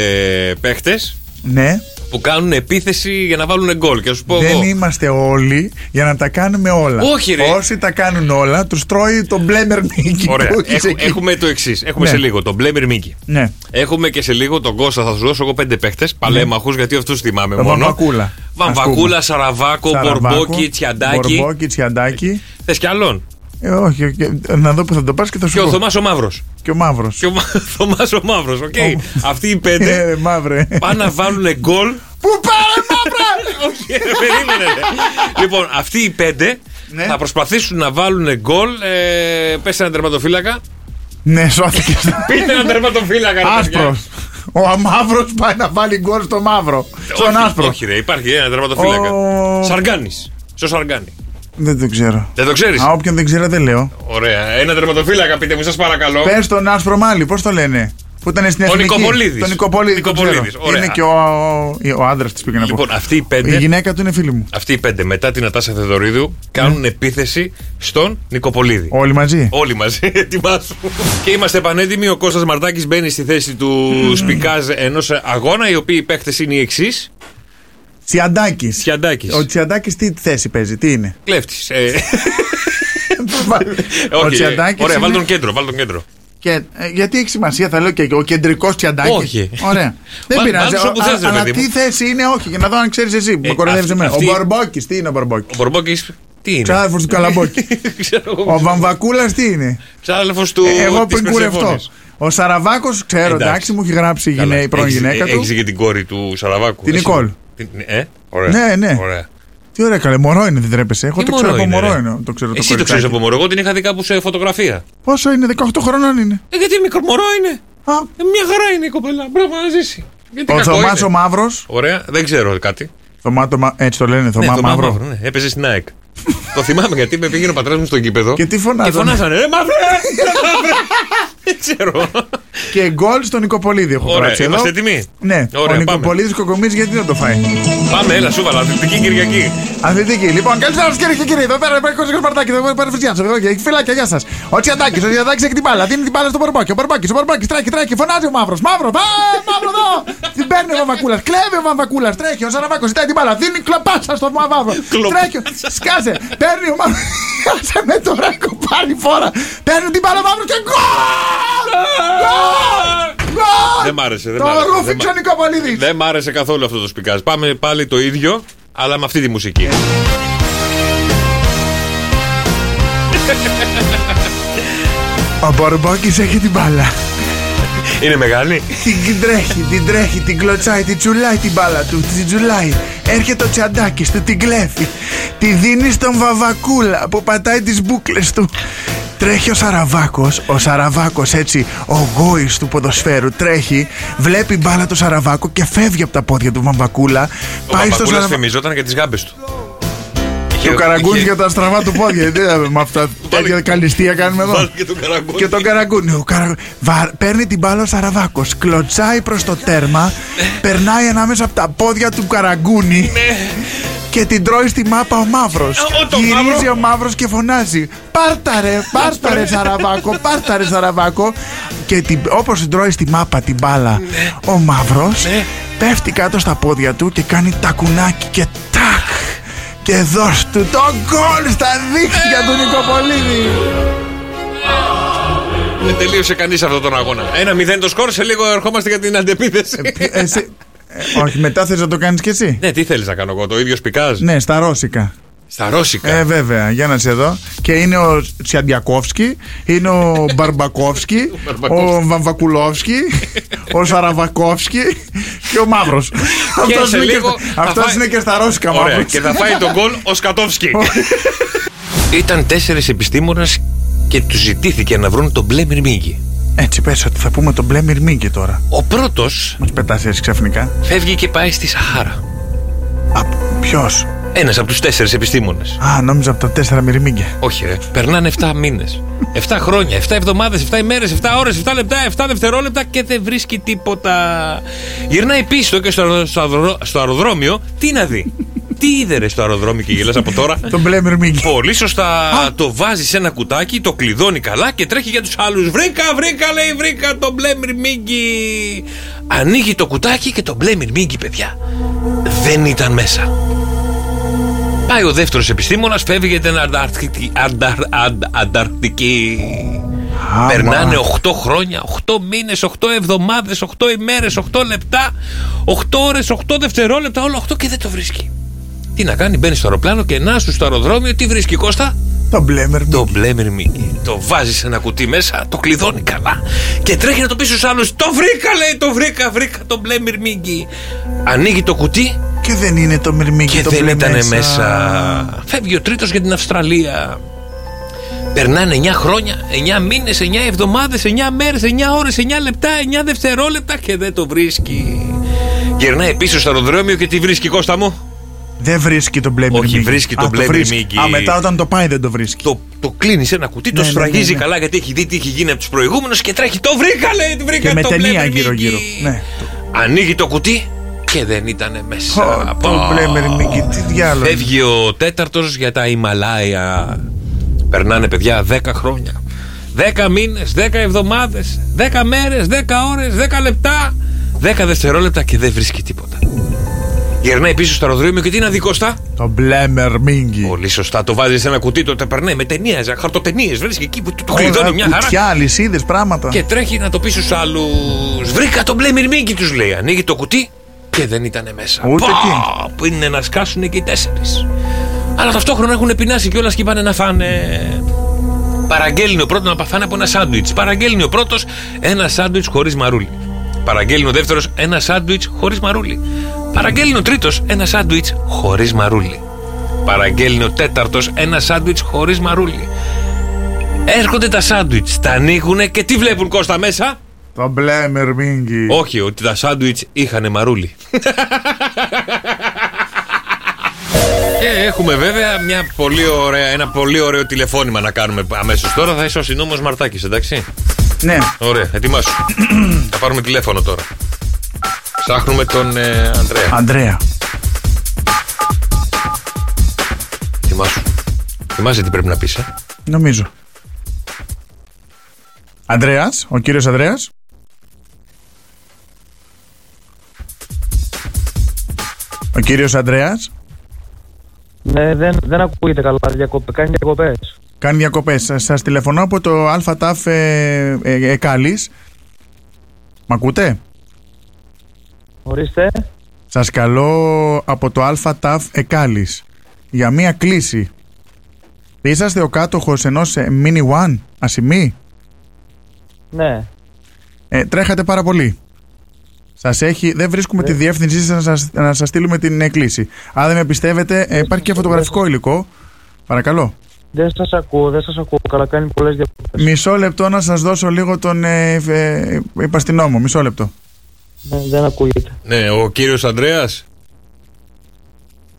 παίχτες Ναι. που κάνουν επίθεση για να βάλουν γκολ. Και να σου πω Δεν εγώ. είμαστε όλοι για να τα κάνουμε όλα. Όχι, ρε. Όσοι τα κάνουν όλα, τους τρώει το μπλε μερμίγκι. Ωραία. που έχεις Έχου- εκεί. έχουμε το εξής. Έχουμε Ναι. σε λίγο τον Μπλε Μυρμίγκι. Ναι. Έχουμε και σε λίγο τον Κώστα. Θα σου δώσω εγώ πέντε παίχτες, παλέμαχους, γιατί αυτούς θυμάμαι Το μόνο. Ναι. Βαμβακούλα, ας πούμε. Βαμβακούλα, Σαραβάκο, Σαραβάκο, Μπορμπόκι, Τσιαντάκι. Μπορμπόκι, τσιαντάκι. Θες κι άλλον. Ε, όχι, όχι, να δω που θα το πα και θα σου Και ο πω. Θωμάς ο Μαύρος. Και ο μαύρος. Και ο Μα- Θωμάς ο Μαύρος, οκ. Αυτοί οι Ε, πέντε μαύρε. πάνε να βάλουν γκολ. Πού πάρε μαύρα! Όχι, ρε, περίμενε. ρε. λοιπόν, αυτοί οι πέντε Ναι. θα προσπαθήσουν να βάλουν γκολ. Ε, πες έναν τερματοφύλακα. ναι, σώθηκες. Πείτε έναν τερματοφύλακα, ρε, παιδιά. Ε, Άσπρος. Ο μαύρο πάει να βάλει γκολ στο μαύρο. Στον Όχι, άσπρο. Όχι, ρε, υπάρχει ένα τερματοφύλακα. Ο- Σαργκάνης. Στο Σαργκάνη. Δεν το ξέρω. Δεν το ξέρεις. Α, όποιον δεν ξέρω δεν λέω. Ωραία. Ένα τερματοφύλακα, πείτε μου, σας παρακαλώ. Πες τον άσπρο μάλι, πώς το λένε. Που ήταν στην Ο Εθνική. Νικοπολίδης. Τον Νικοπολίδη. τον ξέρω. Νικοπολίδης, ωραία. Είναι και ο, ο, ο άντρας της πήγα να πω. Λοιπόν, αυτοί οι Η πέντε. γυναίκα του είναι φίλη μου. Αυτοί οι πέντε μετά την Ατάσα Θεδωρίδου κάνουν Ναι. επίθεση στον Νικοπολίδη. Όλοι μαζί. Όλοι μαζί, ετοιμάσου. και είμαστε πανέτοιμοι. Ο Κώστας Μαρτάκης μπαίνει στη θέση του σπικάζ ενός αγώνα, οι οποίοι παίχτες είναι οι εξής. Τσιαντάκης. Τσιαντάκης, Ο Τσιαντάκης τι θέση παίζει, τι είναι. κλέφτης. Ε, ο όχι, ε, Τσιαντάκης Ωραία, είναι- βάλ τον κέντρο, βάλ τον κέντρο. Και, ε, γιατί έχει σημασία, θα λέω και ο κεντρικός Τσιαντάκης. Όχι. Ωραία. Δεν Βά- πειράζει. βάλεις όπου Ο- θες, ρε α- Αλλά παιδί μου. τι θέση είναι, όχι, για να δω αν ξέρεις εσύ που Ε, με κοροϊδεύεις αυτή- εμένα. αυτή- Ε, Ο Μπορμπόκης, τι είναι ο Μπορμπόκης Ο Μπορμπόκης, τι είναι. Ξάδερφο του Καλαμπόκη. ε, Ξέρω εγώ. Ο Βαμβακούλας τι είναι. Ξάδελφος του. Ε, Εγώ της πριν κουρευτώ. Περσεφόνης. Ο Σαραβάκος, ξέρω, Εντάξει. εντάξει, μου έχει γράψει η Καλά, γυναί- η πρώην έχεις- γυναίκα ε, του. Έχεις και την κόρη του Σαραβάκου. Την εσύ. Νικόλ. Την- Ε, ωραία. Ναι, ναι. Ωραία. Τι ωραία, καλέ, μωρό είναι, δεν τρέπεσαι. Εγώ Τι το ξέρω από είναι, μωρό ρε. είναι. Το ξέρω το Εσύ το ξέρεις κοριτσάκι. από μωρό. Εγώ την είχα δει κάπου σε φωτογραφία. Πόσο είναι, 18 χρονών είναι. Ε, γιατί μικρό μωρό είναι. Α, Ε, Μια χαρά είναι η κοπέλα. Μπράβο να ζήσει. Γιατί ο κακό Θωμάς είναι. ο Μαύρος. Ωραία, δεν ξέρω κάτι. Έτσι το λένε, Θωμά το Μαύρο. ναι. Έπαιζε στην ΑΕΚ. το θυμάμαι γιατί με πήγαινε ο πατέρας μου στο γήπεδο. Και τι φωνάζανε. Και φωνάζανε. «Ε, Ρε μαύρε! ρε, μαύρε». ε». Δεν ξέρω. Και γκολ στον Νικοπολίδη έχω Ωραία, γράψει εδώ. είμαστε έτοιμοι. Ναι, Ωραία, ο πάμε. Νικοπολίδη κοκομίζει γιατί δεν το φάει. Πάμε, έλα, σούβαλα. Αθλητική Κυριακή. Αθλητική. Λοιπόν, καλησπέρα σας κυρίε και κύριοι. Εδώ πέρα υπάρχει ο Κώστα Παρτάκη. Εδώ πέρα υπάρχει ο Φιλάκια, γεια σας. Ο Τσιαντάκη, ο Τσιαντάκη έχει την μπάλα. Δίνει την μπάλα στον Μπορμπάκη. Ο Μπορμπάκη, ο Μπορμπάκη τρέχει, τρέχει. Φωνάζει ο Μαύρος. Μαύρος, πά, μαύρο εδώ. την παίρνει ο Βαμβακούλας. Κλέβει ο Βαμβακούλας. Τρέχει. Ο Σαραβάκος ζητάει την μπάλα. Δίνει κλαπάτσα στον Μαύρο. τρέχει. Σκάσε. Παίρνει ο Μαύρο. Κάσε με τώρα κοπάρι φορά. Παίρνει την μπάλα ο Μαύρο και γκολ! Γκολ! Γκολ! Δεν μ' άρεσε, δεν μ' Το άρεσε, Ναι. δεν ρούφιξε μ' ο Νικοπολίδη. Δεν μ' άρεσε καθόλου αυτό το σπικάζ. Πάμε πάλι το ίδιο, αλλά με αυτή τη μουσική. Ο Μπορμπάκη έχει την μπάλα. Είναι μεγάλη. Την την τρέχει, την τρέχει, την κλωτσάει, την τσουλάει την μπάλα του, την τσουλάει. Έρχεται ο τσαντάκι του, την κλέφει. Τη δίνει στον βαβακούλα που πατάει τις μπουκλες του. Τρέχει ο Σαραβάκος, ο Σαραβάκος έτσι, ο γόης του ποδοσφαίρου τρέχει, βλέπει μπάλα το Σαραβάκο και φεύγει από τα πόδια του Βαμβακούλα. Ο Παπακούλας φημιζόταν για τις γάμπες του. Και ο Καραγκούνι για τα στραβά του πόδια. Δεν είδαμε με αυτά τέτοια καλυστία κάνουμε εδώ. Βάλει και τον Καραγκούνι. Και τον Καραγκούνι. Ο Καρα- Βα- Παίρνει την μπάλα ο Σαραβάκος. Κλωτσάει προς το τέρμα. Ναι. περνάει ανάμεσα από τα πόδια του Καραγκούνι. Και την τρώει στη μάπα ο Μαύρος. ο, το Γυρίζει Μαύρο. ο Μαύρος και φωνάζει. Πάρταρε, πάρταρε Σαραβάκο, πάρταρε Σαραβάκο. Και την... όπως την τρώει στη μάπα την μπάλα Ναι. ο Μαύρος, πέφτει κάτω στα πόδια του και κάνει τακουνάκι και τάκ. Και δώσ' του Ε. το γκολ στα δίχτυα του Νικοπολίδη. Δεν τελείωσε κανείς αυτόν τον αγώνα. Ένα μηδέν το σκορ, σε λίγο ερχόμαστε για την αντεπίθεση. Εσύ... ε, όχι, μετά θες να το κάνεις κι εσύ. Ναι, τι θέλεις να κάνω εγώ, το ίδιο σπικάζ. Ναι, στα ρώσικα. Στα ρώσικα. Ε, βέβαια, για να σε δω. Και είναι ο Τσιαντιακόφσκι, είναι ο Μπαρμπακόφσκι, ο Βαμβακουλόφσκι, ο Σαραβακόφσκι και ο Μαύρος. Και Αυτός σε είναι, λίγο και στα- θα αυτός φάει- είναι και στα ρώσικα, Ωραία. Μαύρος. Και θα φάει τον γκολ ο Σκατόφσκι. Ήταν τέσσερις επιστήμονες και τους ζητήθηκε να βρουν τον μπλε μυρμήγκι. Έτσι, πες ότι θα πούμε τον μπλε μυρμήγκι τώρα. Ο πρώτος Μα πετά έτσι ξαφνικά. φεύγει και πάει στη Σαχάρα. Ποιος. Ένας από τους τέσσερις επιστήμονες. Α, νόμιζα από τα τέσσερα μυρμήγκια. Όχι, ρε. Περνάνε 7 μήνε. 7 χρόνια, 7 εβδομάδε, 7 ημέρε, 7 ώρε, 7 λεπτά, 7 δευτερόλεπτα και δεν βρίσκει τίποτα. Γυρνάει πίσω και στο, αερο- στο, αερο- στο αεροδρόμιο, τι να δει. τι είδε ρε στο αεροδρόμιο και γελάς από τώρα. Τον μπλε μυρμήγκι. Πολύ σωστά το βάζει σε ένα κουτάκι, το κλειδώνει καλά και τρέχει για τους άλλους. Βρήκα, βρήκα, λέει, βρήκα τον μπλε μυρμήγκι. Ανοίγει το κουτάκι και το μπλε μυρμήγκι, παιδιά. Δεν ήταν μέσα. Πάει ο δεύτερος επιστήμονας, φεύγει για την Ανταρκτική. Ανταρ- αν- Ανταρκτική. Άμα. Περνάνε 8 χρόνια, 8 μήνε, 8 εβδομάδε, 8 ημέρε, 8 λεπτά, 8 ώρε, 8 δευτερόλεπτα, όλο 8 και δεν το βρίσκει. Τι να κάνει, μπαίνει στο αεροπλάνο και να σου στο αεροδρόμιο, τι βρίσκει Κώστα. Τον μπλε μυρμήγκι. Το μπλε μυρμήγκι. Το βάζεις σε ένα κουτί μέσα, το κλειδώνει καλά και τρέχει να το πεις στους άλλους. Το βρήκα, λέει, το βρήκα, βρήκα το μπλε μυρμήγκι. Ανοίγει το κουτί Και δεν είναι το μυρμήγκι και το δεν μπλε ήταν μέσα. Φεύγει ο τρίτος για την Αυστραλία. Περνάνε 9 χρόνια, 9 μήνε, 9 εβδομάδε, 9 μέρε, 9 ώρε, 9 λεπτά, 9 δευτερόλεπτα και δεν το βρίσκει. Γερνάει πίσω στο αεροδρόμιο και τι βρίσκει, Κώστα μου. Δεν βρίσκει τον μπλε Όχι, μυρμήγκι. βρίσκει τον Α, μπλε βρίσκει. μυρμήγκι. Α, μετά όταν το πάει δεν το βρίσκει. Το, το κλείνει σε ένα κουτί, το Ναι, ναι, σφραγίζει ναι, ναι. καλά γιατί έχει δει τι έχει γίνει από τους προηγούμενους και τρέχει. Το βρήκα, λέει, το βρήκα Και με το μπλε ταινία μυρμήγκι». γύρω-γύρω. Ναι. Ανοίγει το κουτί και δεν ήταν μέσα. Ω, Το Πω. μπλε μυρμήγκι, τι διάλογο. Φεύγει ο τέταρτος για τα Ιμαλάια. Περνάνε παιδιά 10 χρόνια. 10 μήνε, 10 εβδομάδε, 10 μέρε, 10 ώρε, 10 λεπτά, 10 δευτερόλεπτα και δεν βρίσκει τίποτα. Γερνάει πίσω στο αεροδρόμιο και τι είναι αδικοστά. Το μπλε μυρμήγκι. Πολύ σωστά, το βάζεις σε ένα κουτί, το περνάει με ταινία, χαρτοτενίες. Βρίσκει εκεί που του του κλειδώνει μια χαρά. Κουτιά, αλυσίδες, πράγματα. Και τρέχει να το πει στους άλλους. Βρήκα τον μπλε μυρμήγκι, τους λέει. Ανοίγει το κουτί και δεν ήταν μέσα. Ούτε Πω, εκεί. Που είναι να σκάσουν και οι τέσσερις. Αλλά ταυτόχρονα έχουν πεινάσει κιόλας και πάνε να φάνε. Παραγγέλνει ο πρώτος να φάνε από ένα σάντουιτ. Παραγγέλνει ο πρώτος ένα σάντουιτ χωρίς μαρούλι. Παραγγέλνει ο δεύτερος ένα σάντουιτ χωρίς μαρούλι. Παραγγέλνει ο τρίτος ένα σάντουιτ χωρίς μαρούλι. Παραγγέλνει ο τέταρτος ένα σάντουιτ χωρίς μαρούλι. Έρχονται τα σάντουιτ, τα ανοίγουν και τι βλέπουν Κώστα μέσα. Το μπλε μυρμήγκι. Όχι, ότι τα σάντουιτ είχαν μαρούλι. Και έχουμε βέβαια μια πολύ ωραία, ένα πολύ ωραίο τηλεφώνημα να κάνουμε αμέσως τώρα. Θα είσαι ο συνόμο Μαρτάκης, εντάξει. Ναι. Ωραία, ετοιμάσου. θα πάρουμε τηλέφωνο τώρα. Ψάχνουμε τον ε, Αντρέα. Ανδρέα. Ετοιμάσου. Θυμάσαι τι πρέπει να ε? πει. Νομίζω. Ανδρέας, ο κύριος Ανδρέας. Ο κύριος Ανδρέας Ναι, δεν, δεν ακούγεται καλά. Διακοπές, κάνει διακοπές. κάνει διακοπές. Σας τηλεφωνώ από το ΑΤΑΦ ε, ε, Εκάλη. Μ' ακούτε? Ορίστε. Σας καλώ από το ΑΤΑΦ Εκάλης για μία κλίση. Είσαστε ο κάτοχος ενός Mini One, ασημή. Ναι. Ε, τρέχατε πάρα πολύ. Σας έχει, δεν βρίσκουμε τη διεύθυνσή σας να σας, να σας στείλουμε την εκκλήση. Αν δεν με πιστεύετε, ε, υπάρχει και φωτογραφικό υλικό. Παρακαλώ. Δεν σας ακούω, δεν σας ακούω. Καλά, κάνει πολλές διακοπέ. Μισό λεπτό να σας δώσω λίγο τον ε, ε, υπαστηνό μου. Μισό λεπτό. Ναι, δεν ακούγεται. Ναι, ο κύριος Αντρέα.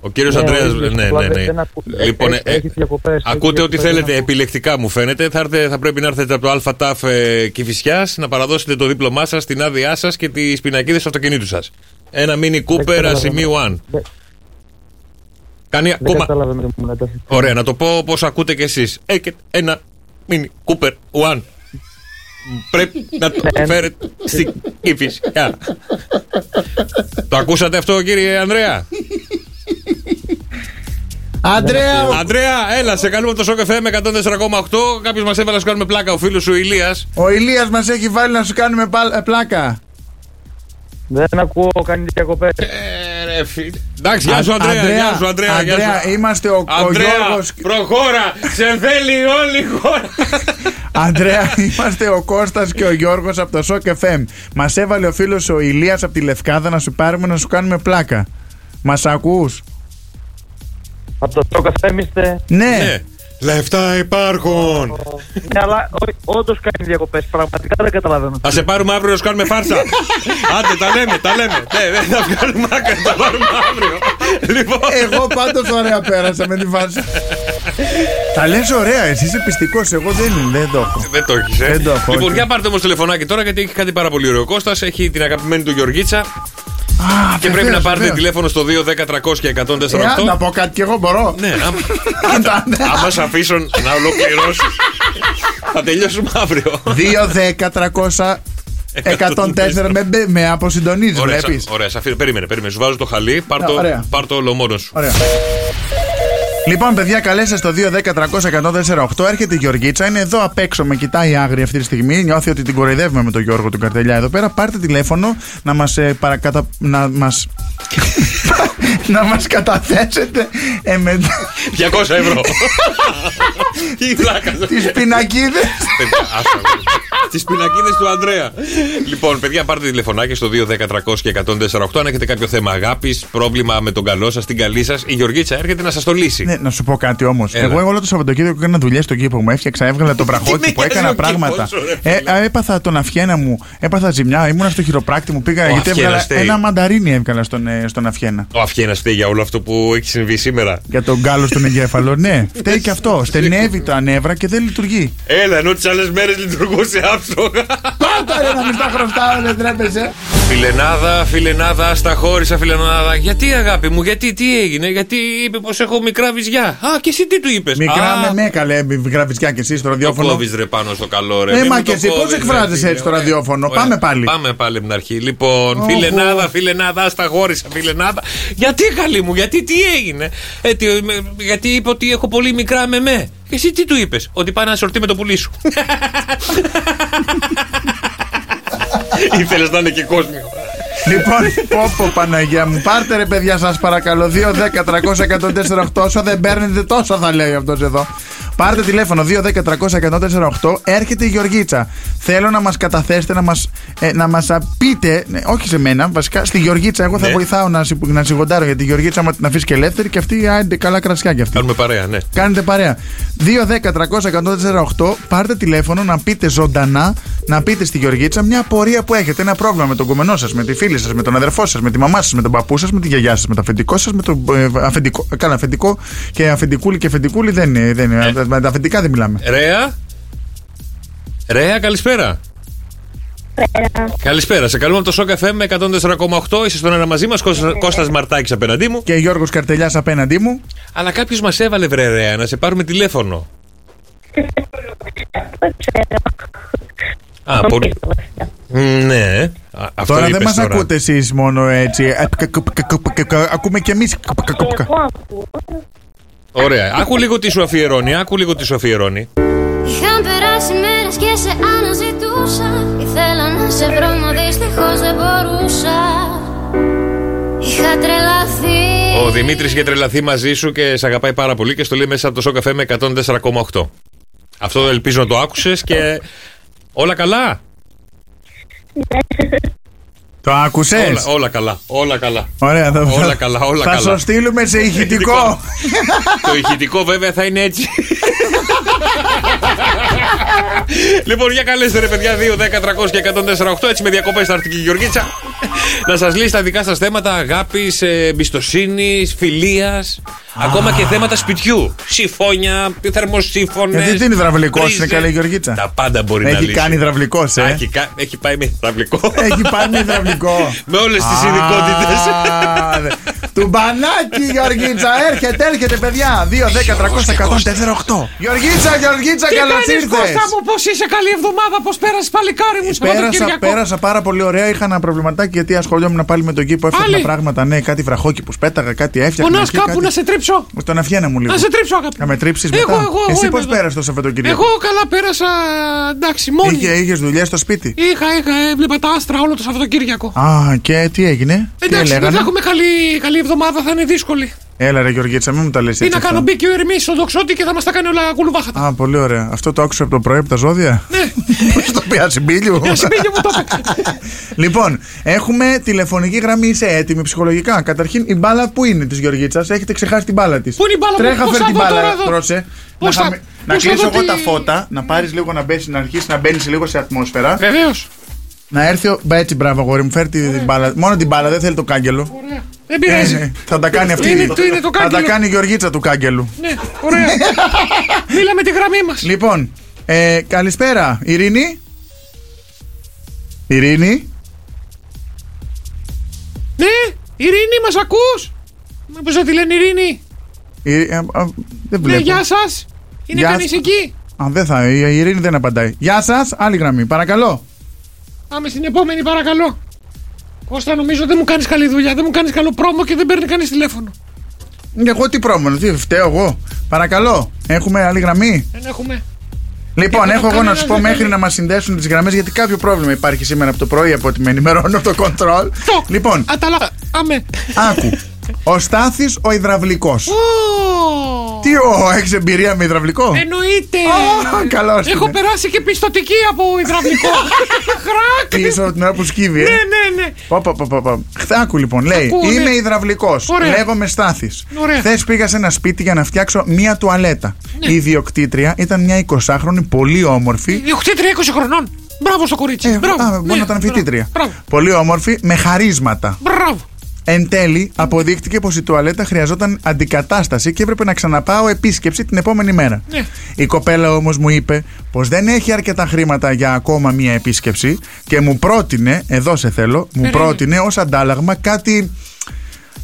Ο κύριος Ναι, Αντρέα. όχι, Ναι, απλά ναι, δεν- ναι. δεν ακού- Λοιπόν, έχει- ε, έχει διακοπές, έχει ακούτε ό,τι διακοπές, δεν θέλετε. ακούω. Επιλεκτικά μου φαίνεται. Θα, έρθε- θα πρέπει να έρθετε από το ΑΤΑΦ ε, Κυφυσιά να παραδώσετε το δίπλωμά σας, την άδειά σας και τις πινακίδες του αυτοκινήτου σας. Ένα μίνι Κούπερ καταλαβαίνω. ασημείου αν. Δεν- Κάνει Ναι. Δεν ακόμα. κατάλαβα με το μου λέτε. Ωραία, να το πω όπως ακούτε κι εσείς. Έχετε ένα μίνι Κούπερ One. Πρέπει να το Ναι, φέρετε στην Κηφισιά. το ακούσατε αυτό, κύριε Ανδρέα. Αντρέα! Αντρέα, έλα, σε καλούμε από το Σοκ FM 104,8. Κάποιος μας έβαλε να σου κάνουμε πλάκα, ο φίλος σου Ηλίας. Ο Ηλίας μας έχει βάλει να σου κάνουμε πα- πλάκα. Δεν ακούω, κάνει διακοπέ. Ε. ρε φίλε. Εντάξει, γεια σου, Α- Αντρέα. Αντρέα, Γεια σου, Αντρέα. γεια Αντρέα, σου. είμαστε ο- ο Αντρέα, Γιώργος- προχώρα. Σε θέλει όλη η χώρα. Αντρέα, είμαστε ο Κώστας και ο Γιώργος από το Shock FM. Μας έβαλε ο φίλος ο Ηλίας από τη Λευκάδα να σου πάρουμε να σου κάνουμε πλάκα. Μας ακούς? Από το Shock FM είστε. Ε. Ναι. Λεφτά υπάρχουν. Ναι, αλλά όντως κάνει διακοπές. Πραγματικά δεν καταλαβαίνω. Θα σε πάρουμε αύριο να σου κάνουμε φάρσα. Άντε, τα λέμε, τα λέμε. Ναι, ναι, θα βγάλουμε άκρα, θα πάρουμε αύριο. Λοιπόν. Εγώ πάντως ωραία πέρασα με τη φάση. Τα λες ωραία, εσύ είσαι πιστικός, εγώ δεν είμαι, δεν το έχω. Δεν το έχεις, ε. Δεν το έχω, Λοιπόν, όχι. για πάρτε όμως τηλεφωνάκι τώρα γιατί έχει κάτι πάρα πολύ ωραίο. Κώστας έχει την αγαπημένη του Γεωργίτσα Α, και πρέπει βεβαίως, να πάρετε βεβαίως. τηλέφωνο στο 2 10 300 Ε, αν 148. να πω κάτι κι εγώ μπορώ. Ναι, άμα- Άντα, ναι. άμα σε αφήσω να ολοκληρώσεις. Θα τελειώσουμε αύριο. 2, 10, 300, 104 με, μπε- με αποσυντονίζει, Ε, Ωραία, βλέπεις. σα- ωραία, σε αφήνω. Περίμενε, περίμενε. Σου βάζω το χαλί, πάρ το, Α, ωραία. πάρ το όλο μόνο σου. Ωραία. Λοιπόν, παιδιά, καλέστε στο 2-10-300-148. Έρχεται η Γεωργίτσα, είναι εδώ απ' έξω, με κοιτάει άγρια αυτή τη στιγμή. Νιώθει ότι την κοροϊδεύουμε με τον Γιώργο του Καρτελιά εδώ πέρα. Πάρτε τηλέφωνο να μας παρακατα... να μας... να μας καταθέσετε ε, με 200 ευρώ. Τι πλάκα. τις πινακίδες. Τις πινακίδες του Ανδρέα. λοιπόν, παιδιά, πάρτε τηλεφωνάκι στο 210-300 και 148. Αν έχετε κάποιο θέμα αγάπης, πρόβλημα με τον καλό σας, την καλή σας, η Γεωργίτσα έρχεται να σας το λύσει. ναι, να σου πω κάτι όμως. Έλα. Εγώ όλο το Σαββατοκύριακο έκανα δουλειές στον κήπο μου. Έφτιαξα, έβγαλα τον Τι βραχώτη που με νοιάζει έκανα ο πράγματα. κήπος, ρε Ε, φίλε. α, έπαθα τον αφιένα μου, έπαθα ζημιά, ήμουνα στο χειροπράκτη μου. Πήγα Ο γιατί έβγαλα αυχένας θέλει. ένα μανταρίνι έβγαλα στον, ε, στον αφιένα. Ο Αφιένας φταίει για όλο αυτό που έχει συμβεί σήμερα. Για τον γκάλο στον εγκέφαλο. Ναι, φταίει και αυτό. Στενεύει τα νεύρα και δεν λειτουργεί. Έλα, ενώ τις άλλες μέρες λειτουργούσε άψογα. Πάτα ρε να μην στα χρωστάω, δεν τρέπεσαι. Φιλενάδα, φιλενάδα, ας τα χώρισα, φιλενάδα. Γιατί αγάπη μου, γιατί, τι έγινε, γιατί είπε πως έχω μικρά βυζιά. Α, και εσύ τι του είπες. Μικρά με ναι, καλέ, γραβιτσιά και εσύ στο Το ραδιόφωνο. κόβεις ρε πάνω στο καλό, ρε. Ναι, Μη μα μου και το εσύ πώς κόβεις, ρε, εκφράζεσαι φίλε. έτσι στο Ωραία. ραδιόφωνο. Ωραία. Πάμε πάλι. Πάμε πάλι από την αρχή. Λοιπόν, Οχο. φιλενάδα, φιλενάδα, στα χώρισα, φιλενάδα. Γιατί καλή μου, γιατί τι έγινε. Ε, τι, ε, με- γιατί είπε ότι έχω πολύ μικρά με με. Και Εσύ τι του είπες, Ότι πάει να σορτί με το πουλί σου. Ήθελες να είναι και κόσμιο. Λοιπόν, πόπο Παναγία μου, πάρτε ρε παιδιά σας παρακαλώ. 2, 10, 300, 104, 8. Όσο δεν παίρνετε, τόσο θα λέει αυτός εδώ. Πάρτε τηλέφωνο 2, 10, 300, 104, 8. Έρχεται η Γεωργίτσα. Θέλω να μας καταθέσετε, να μας, ε, να μας α, πείτε, ναι, όχι σε μένα, βασικά στη Γεωργίτσα. Εγώ θα Ναι. βοηθάω να, συ- να σιγοντάρω γιατί η Γεωργίτσα, άμα την αφήσει και ελεύθερη, και αυτή άντε καλά κρασιά κι αυτή. Κάνουμε παρέα, ναι. Κάνετε παρέα. 2-10-300-148. Πάρτε τηλέφωνο να πείτε ζωντανά, να πείτε στη Γεωργίτσα μια απορία που έχετε. Ένα πρόβλημα με τον κομμενό σας, με τη φίλη σας, με τον αδερφό σας, με τη μαμά σας, με τον παππού σας, με τη γιαγιά σας, με το αφεντικό σας, με το ε, αφεντικό. ε, Καλά, αφεντικό και αφεντικούλη και αφεντικούλη δεν είναι. Δεν Ε. είναι. Α, Με τα αφεντικά δεν μιλάμε. Ρέα. Ρέα, καλησπέρα. Πέρα. Καλησπέρα. Σε καλούμε από το Shock FM με 104,8. Είσαι στον ένα μαζί μας, Κώστας Μαρτάκης απέναντί μου. Και Γιώργος Καρτελιάς απέναντί μου. Αλλά κάποιος μας έβαλε, βρε Ρέα, να σε πάρουμε τηλέφωνο. Δεν ξέρω. Α, πολύ. Μ, Ναι. Α, αυτό Τώρα είπες δεν μας τώρα. ακούτε εσείς μόνο έτσι. Ε, κα- κα- κα- κα- κα- κα- Ακούμε κι εμείς. Εγώ ακούω. Ωραία. Άκου λίγο τι σου αφιερώνει. Άκου λίγο τι σου αφιερώνει. Είχαν περάσει μέρες και σε αναζητούσα Ήθελα να σε βρω μα δυστυχώς δεν μπορούσα Είχα τρελαθεί Ο Δημήτρης είχε τρελαθεί μαζί σου και σε αγαπάει πάρα πολύ και στο λέει μέσα από το Σοκαφέ με 104,8. Αυτό ελπίζω να το άκουσες και. Όλα καλά. Το άκουσες. Όλα, όλα καλά. Όλα καλά. Ωραία, θα, Όλα θα- καλά, όλα θα καλά. σου στείλουμε σε ηχητικό. Ηχητικό. Το ηχητικό βέβαια θα είναι έτσι. λοιπόν, για καλέστε ρε παιδιά 2, 10, 300 και 148. Έτσι με διακοπές θα έρθει και η Γεωργίτσα. να σας λύσει τα δικά σας θέματα αγάπης, εμπιστοσύνης, φιλίας. ακόμα και θέματα σπιτιού. Συφώνια, θερμοσύφωνε. Γιατί τι είναι υδραυλικό, είναι καλή η Γεωργίτσα. Τα πάντα μπορεί να Έχει λύσει. κάνει υδραυλικός, Α, ε. έχει, κα- έχει πάει με υδραυλικό. Έχει πάει με υδραυλικό. με όλες τις Α, ειδικότητε. δε- Του μπανάκι, Γεωργίτσα, έρχεται, έρχεται, παιδιά. 2, 10, 300, 104, 8. Γεωργίτσα, Γεωργίτσα, Τι καλώς κάνεις, Κώστα ήρθε. μου, πώς είσαι, καλή εβδομάδα, πώς πέρασες παλικάρι μου, Πέρασα, Σαββατοκύριακο. πέρασα πάρα πολύ ωραία. Είχα ένα προβληματάκι γιατί ασχολιόμουν πάλι με τον κήπο. Έφτιαχνα Πάλι? πράγματα, ναι, κάτι βραχόκηπους πέταγα, κάτι έφτιαχνα. Μονάς εκεί, κάπου κάτι- να σε τρίψω. Στον αυχένα μου λίγο. Να σε τρίψω, αγάπη. Να με τρίψεις Εγώ, μετά. εγώ, εγώ Εσύ είμαι πώς εδώ. πέρασες το Σαββατοκύριακο. Εγώ καλά πέρασα, εντάξει, μόνη. Είχε, είχες δουλειά στο σπίτι. Είχα, είχα, έβλεπα τα άστρα όλο το Σαββατοκύριακο. Α, και τι έγινε. τι Εντάξει, δεν λέγανε. θα έχουμε καλή, καλή εβδομάδα, θα είναι δύσκολη. Έλα, ρε Γεωργίτσα, μην μου τα λες έτσι. Ή να αυτά. κάνω μπήκε ο Ερμή στο δοξότη και θα μας τα κάνει όλα κουλουβάχατα. Α, πολύ ωραία. Αυτό το άκουσα από το πρωί από τα ζώδια. Ναι. Πώς το πει, Ασημπίλιο. Για συμπήγε μου το λοιπόν, έχουμε τηλεφωνική γραμμή. Είσαι έτοιμη ψυχολογικά. Καταρχήν, η μπάλα που είναι της Γεωργίτσας. Έχετε ξεχάσει την μπάλα της. Πού είναι η μπάλα μου, Τρέχα, πώς φέρ θα την δω μπάλα. τώρα εδώ? Τρώσε. Πώς να θα- χαμε- να πώς θα κλείσω δω εγώ τι- τα φώτα, να πάρεις λίγο να μπέσει, να αρχίσεις να μπαίνεις λίγο σε ατμόσφαιρα. Βεβαίως. Να έρθει ο. Μπα, Έτσι, μπράβο, αγόρι μου, φέρ την την μπάλα. Μόνο την μπάλα, δεν θέλει το κάγκελο. Δεν Ε, ναι. πειράζει. Θα τα κάνει αυτή. Είναι το- είναι το Θα τα κάγκελο. κάνει η Γεωργίτσα του κάγκελου. Ναι, ωραία. Μίλα με τη γραμμή μας. Λοιπόν, ε, καλησπέρα, Ειρήνη. Ειρήνη. Ναι, Ειρήνη, μας ακούς. Μήπω δεν τη λένε Ειρήνη. Ειρή- α, α, ε, δεν Ναι, βλέπω. γεια σας. Είναι Γεια κανεί σας. εκεί. Α, δεν θα, η η Ειρήνη δεν απαντάει. Γεια σας, άλλη γραμμή, παρακαλώ. Πάμε στην επόμενη, παρακαλώ. Κώστα, νομίζω δεν μου κάνεις καλή δουλειά. Δεν μου κάνεις καλό πρόμο και δεν παίρνει κανείς τηλέφωνο. Εγώ τι πρόμονο, τι φταίω εγώ. Παρακαλώ, έχουμε άλλη γραμμή. Δεν έχουμε. Λοιπόν, Τίποτα, έχω εγώ να κανένας σου πω δεν μέχρι θέλει. να μας συνδέσουν τις γραμμές γιατί κάποιο πρόβλημα υπάρχει σήμερα από το πρωί από ό,τι με ενημερώνει από το control. Το. Λοιπόν, Αταλά. Αμέ. άκου. Ο Στάθης ο υδραυλικό. Ω, Τι ο, έχεις εμπειρία με Ε, υδραυλικό. ναι, Εννοείται. Α, καλώς Έχω είναι. περάσει και πιστοτική από υδραυλικό. Χράκ. Πίσω την ώρα που σκύβει. ε. Ναι, ναι, ναι. Πα, πα, πα, πα, πα. Χθε- Άκου λοιπόν, λέει: Ακούω, ναι. Είμαι υδραυλικό. Ωραία. Λέγομαι Στάθης. Ωραία. Ναι. Χθες πήγα σε ένα σπίτι για να φτιάξω μία τουαλέτα. Η ιδιοκτήτρια ήταν μια 20χρονη, πολύ όμορφη. Η οκτήτρια 20 χρονών. Μπράβο στο κορίτσι. Ε, μπράβο. α, μπορεί Ναι, να ήταν μπράβο. φοιτήτρια. Μπράβο. Πολύ όμορφη, με χαρίσματα. Μπράβο. Εν τέλει, αποδείχτηκε πως η τουαλέτα χρειαζόταν αντικατάσταση και έπρεπε να ξαναπάω επίσκεψη την επόμενη μέρα. Ναι. Η κοπέλα όμως μου είπε πως δεν έχει αρκετά χρήματα για ακόμα μία επίσκεψη και μου πρότεινε, εδώ σε θέλω, μου πρότεινε ως αντάλλαγμα κάτι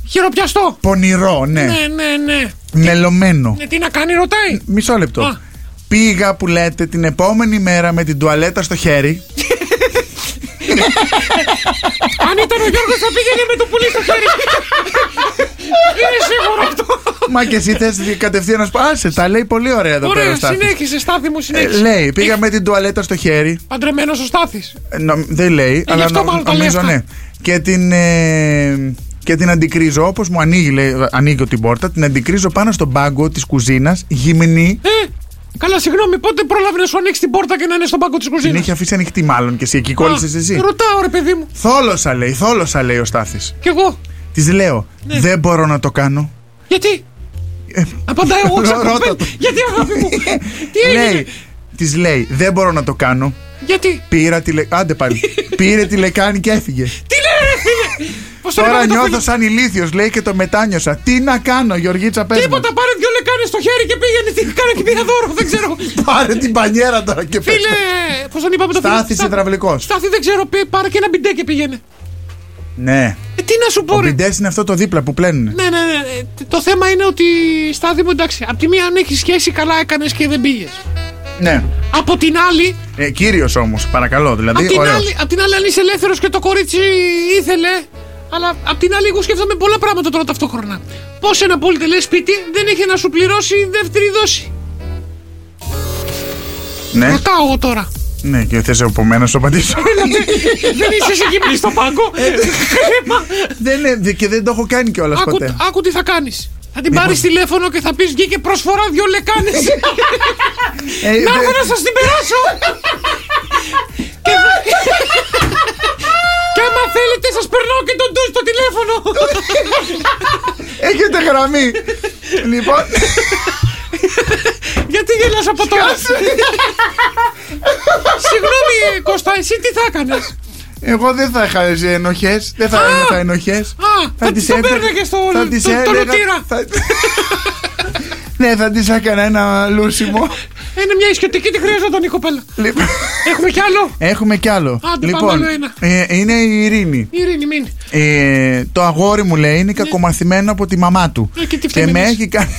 Χειροπιαστό. πονηρό, ναι, Ναι, ναι, ναι. μελωμένο. Ναι, τι να κάνει, ρωτάει. Μισό λεπτό. Α. Πήγα που λέτε την επόμενη μέρα με την τουαλέτα στο χέρι. Αν ήταν ο Γιώργος θα πήγαινε με το πουλί στο χέρι. Είναι σίγουρο αυτό. Μα και εσύ θες κατευθείαν να σου πω, Άσε, τα λέει πολύ ωραία εδώ πέρα. ο Ωραία, Στάθης». συνέχισε, Στάθη μου, Ε, συνέχισε. λέει, πήγα με την τουαλέτα στο χέρι. Παντρεμένος ο Στάθης. Ε, νο- δεν λέει, γι' αλλά αυτό νο- μάλλον τα λέει νομίζω αυτά. ναι. Και την, ε, και την αντικρίζω, όπως μου ανοίγει, λέει, ανοίγω την πόρτα, την αντικρίζω πάνω στον πάγκο της κουζίνας, γυμνή. Ε, καλά, συγγνώμη, πότε πρόλαβε να σου ανοίξει την πόρτα και να είναι στον πάγκο της Την κουζίνα. είχε αφήσει ανοιχτή, μάλλον και εσύ εκεί κόλλησες εσύ. Ρωτάω, ρε παιδί μου. Θόλωσα, λέει, θόλωσα, λέει ο Στάθης. Κι εγώ. Της λέω, Ναι. δεν μπορώ να το κάνω. Γιατί. Απαντάω Ε, Ε, εγώ Ρώτα ξακουμπέ. το. Γιατί, αγάπη μου. Τι έγινε. λέει, της λέει, δεν μπορώ να το κάνω. Γιατί. Πήρα τη λε... Άντε πάλι. Πήρε τη λεκάνη και έφυγε. Πώς το Τώρα λέγαμε το νιώθω παιδί? σαν ηλίθιος, λέει και το μετάνιωσα. Τι να κάνω, Γεωργίτσα, πες μου. Τίποτα, πάρε δυο λεκάνες στο χέρι και πήγαινε. Τι κάνε και πήγα δώρο, δεν ξέρω. Πάρε την πανιέρα τώρα και πες. Φίλε, πώς τον είπαμε το φίλο. Στάθης Στά- Ε, υδραυλικός. Στάθη, δεν ξέρω, πέ- πάρε και ένα μπιντέ και πήγαινε. Ναι. Ε, τι να σου Ο πω, ρε. μπιντές είναι αυτό το δίπλα που πλένουν. Ναι, ναι, ναι. ναι. Το θέμα είναι ότι, Στάθη μου, εντάξει, απ' τη μία αν έχεις σχέση, καλά έκανες και δεν πήγες. Ναι. Από την άλλη, Ε, Κύριος όμως, παρακαλώ. Απ' Δηλαδή, την, ωραίος. άλλη, απ' την άλλη, αν είσαι ελεύθερος και το κορίτσι ήθελε. Αλλά απ' την άλλη, εγώ σκέφτομαι πολλά πράγματα τώρα ταυτόχρονα. Πώς ένα πολυτελέ σπίτι δεν έχει να σου πληρώσει δεύτερη δόση. Ναι, Ρωτάω εγώ τώρα. ναι, και θες από μένα να σου απαντήσω. δεν είσαι εσύ γυμνή στο πάγκο. Ε, Χρήμα. δεν, είναι- και δεν το έχω κάνει κιόλας άκου, ποτέ. άκου τι θα κάνεις. Θα την πάρεις τηλέφωνο και θα πεις βγήκε προσφορά δυο λεκάνες. Ε, να δε- έρθω να σας την περάσω. και, θα- και άμα θέλετε, σας περνάω και τον ντου στο τηλέφωνο. Έχετε γραμμή. λοιπόν, Γιατί γελάς από τώρα. Συγγνώμη, ε, Κώστα, εσύ τι θα έκανες. εγώ δεν θα είχα ενοχές. Δεν θα ένιωθα ενοχές. Α, θα τη το παίρνεγες στο το, το, το, λουτήρα. Ναι, θα τη έκανα ένα λούσιμο. Είναι μια ισιωτική, τι χρειαζόταν η κοπέλα. Έχουμε κι άλλο. Έχουμε κι άλλο. Άντε, πάμε λοιπόν, άλλο ένα. ε, είναι η Ειρήνη. Η Ειρήνη, μην. Ε, το αγόρι μου λέει είναι κακομαθημένο από τη μαμά του. Ε, Ναι. και τι φταίμε με εμείς. έχει κάνει,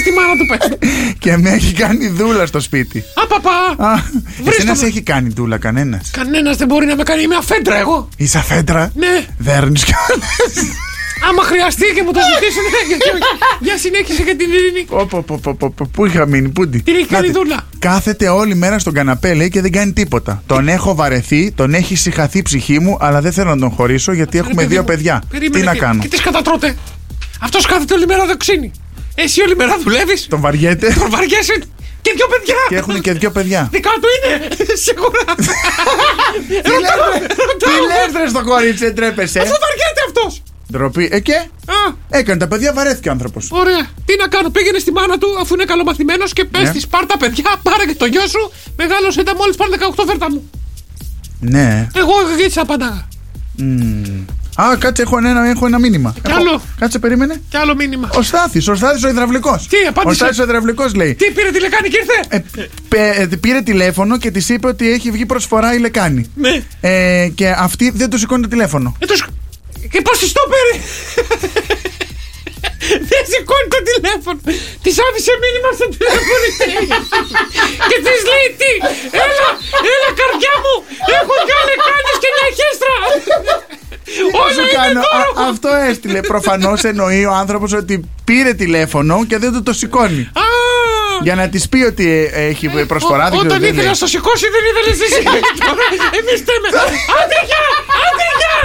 Στη μάνα του πες. και με έχει κάνει δούλα στο σπίτι. Α, παπά. Α, Βρες εσένα το- σε έχει κάνει δούλα κανένας. Κανένας δεν μπορεί να με κάνει. Είμαι αφέντρα εγώ. Είσαι αφέντρα. Ναι. Δέρνεις κι άλλα. Άμα χρειαστεί και μου το ζητήσουν. ναι, Για συνέχισε και την Ειρήνη. Πω, πω, πω, πω, πω, πω, Πού είχα μείνει, Πούντι. Την έχει κάνει Νάτε. δούλα. Κάθεται όλη μέρα στον καναπέ, λέει, και δεν κάνει τίποτα. Τον έχω βαρεθεί, τον έχει συχαθεί η ψυχή μου, αλλά δεν θέλω να τον χωρίσω γιατί έχουμε παιδί δύο μου, παιδιά. Τι Περίμενε να κάνω. Και τις κατατρώτε. Αυτός κάθεται όλη μέρα δεξίνη. Εσύ όλη μέρα δουλεύεις. Τον βαριέται Τον βαριέσαι. Και δυο παιδιά. και έχουν και δύο παιδιά. Δικά του είναι. Σίγουρα. Τι Ε, λες, ρε, τι λες, ρε, στο κορίτσι, δεν τρέπεσαι. Αφού βαριέται αυτός. Ντροπή. Ε, και έκανε τα παιδιά, βαρέθηκε ο άνθρωπος. Ωραία. Τι να κάνω, πήγαινε στη μάνα του αφού είναι καλομαθημένος και πες Ναι. της πάρ τα παιδιά, πάρε και το γιο σου. Μεγάλο ήταν μόλι πάρε 18 φέρτα μου. Ναι. Εγώ έτσι θα απαντάγα. Μμμ. Α, κάτσε, έχω ένα, έχω ένα μήνυμα. Κι Έχω- άλλο. Κάτσε, περίμενε. Κι άλλο μήνυμα. Ο Στάθης, ο Στάθης ο υδραυλικός. Τι, απάντησε? Ο Στάθης ο υδραυλικός λέει. Τι πήρε τηλεκάνη και ήρθε. Ε, πε- ε, πήρε τηλέφωνο και της είπε ότι έχει βγει προσφορά η λεκάνη. Ναι. Ε, και αυτή δεν του σηκώνει το τηλέφωνο. Ε, το σκ- Και πώς της το πήρε. Δεν σηκώνει το τηλέφωνο. Της άφησε μήνυμα στο τηλεφωνητή. και της λέει τι. Έλα, έλα καρδιά μου. Έχω δυο λεκάνες και μια χέστρα. Θα Όλα σου Ε, είναι κάνω. δώρο Α, μου. αυτό έστειλε. Προφανώς εννοεί ο άνθρωπος ότι πήρε τηλέφωνο και δεν του το σηκώνει. Α, Για να της πει ότι ε, έχει ε, προσφορά. ό- δεν ξέρω Όταν τι ήθελε λέει. να στο σηκώσει δεν ήθελε εσύ. Εμείς θέμε. Άντε γεια, άντε γεια.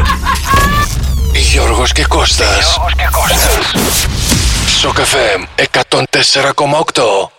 Γιώργος και Κώστας. Γιώργος και Κώστας. Σοκ FM 104,8.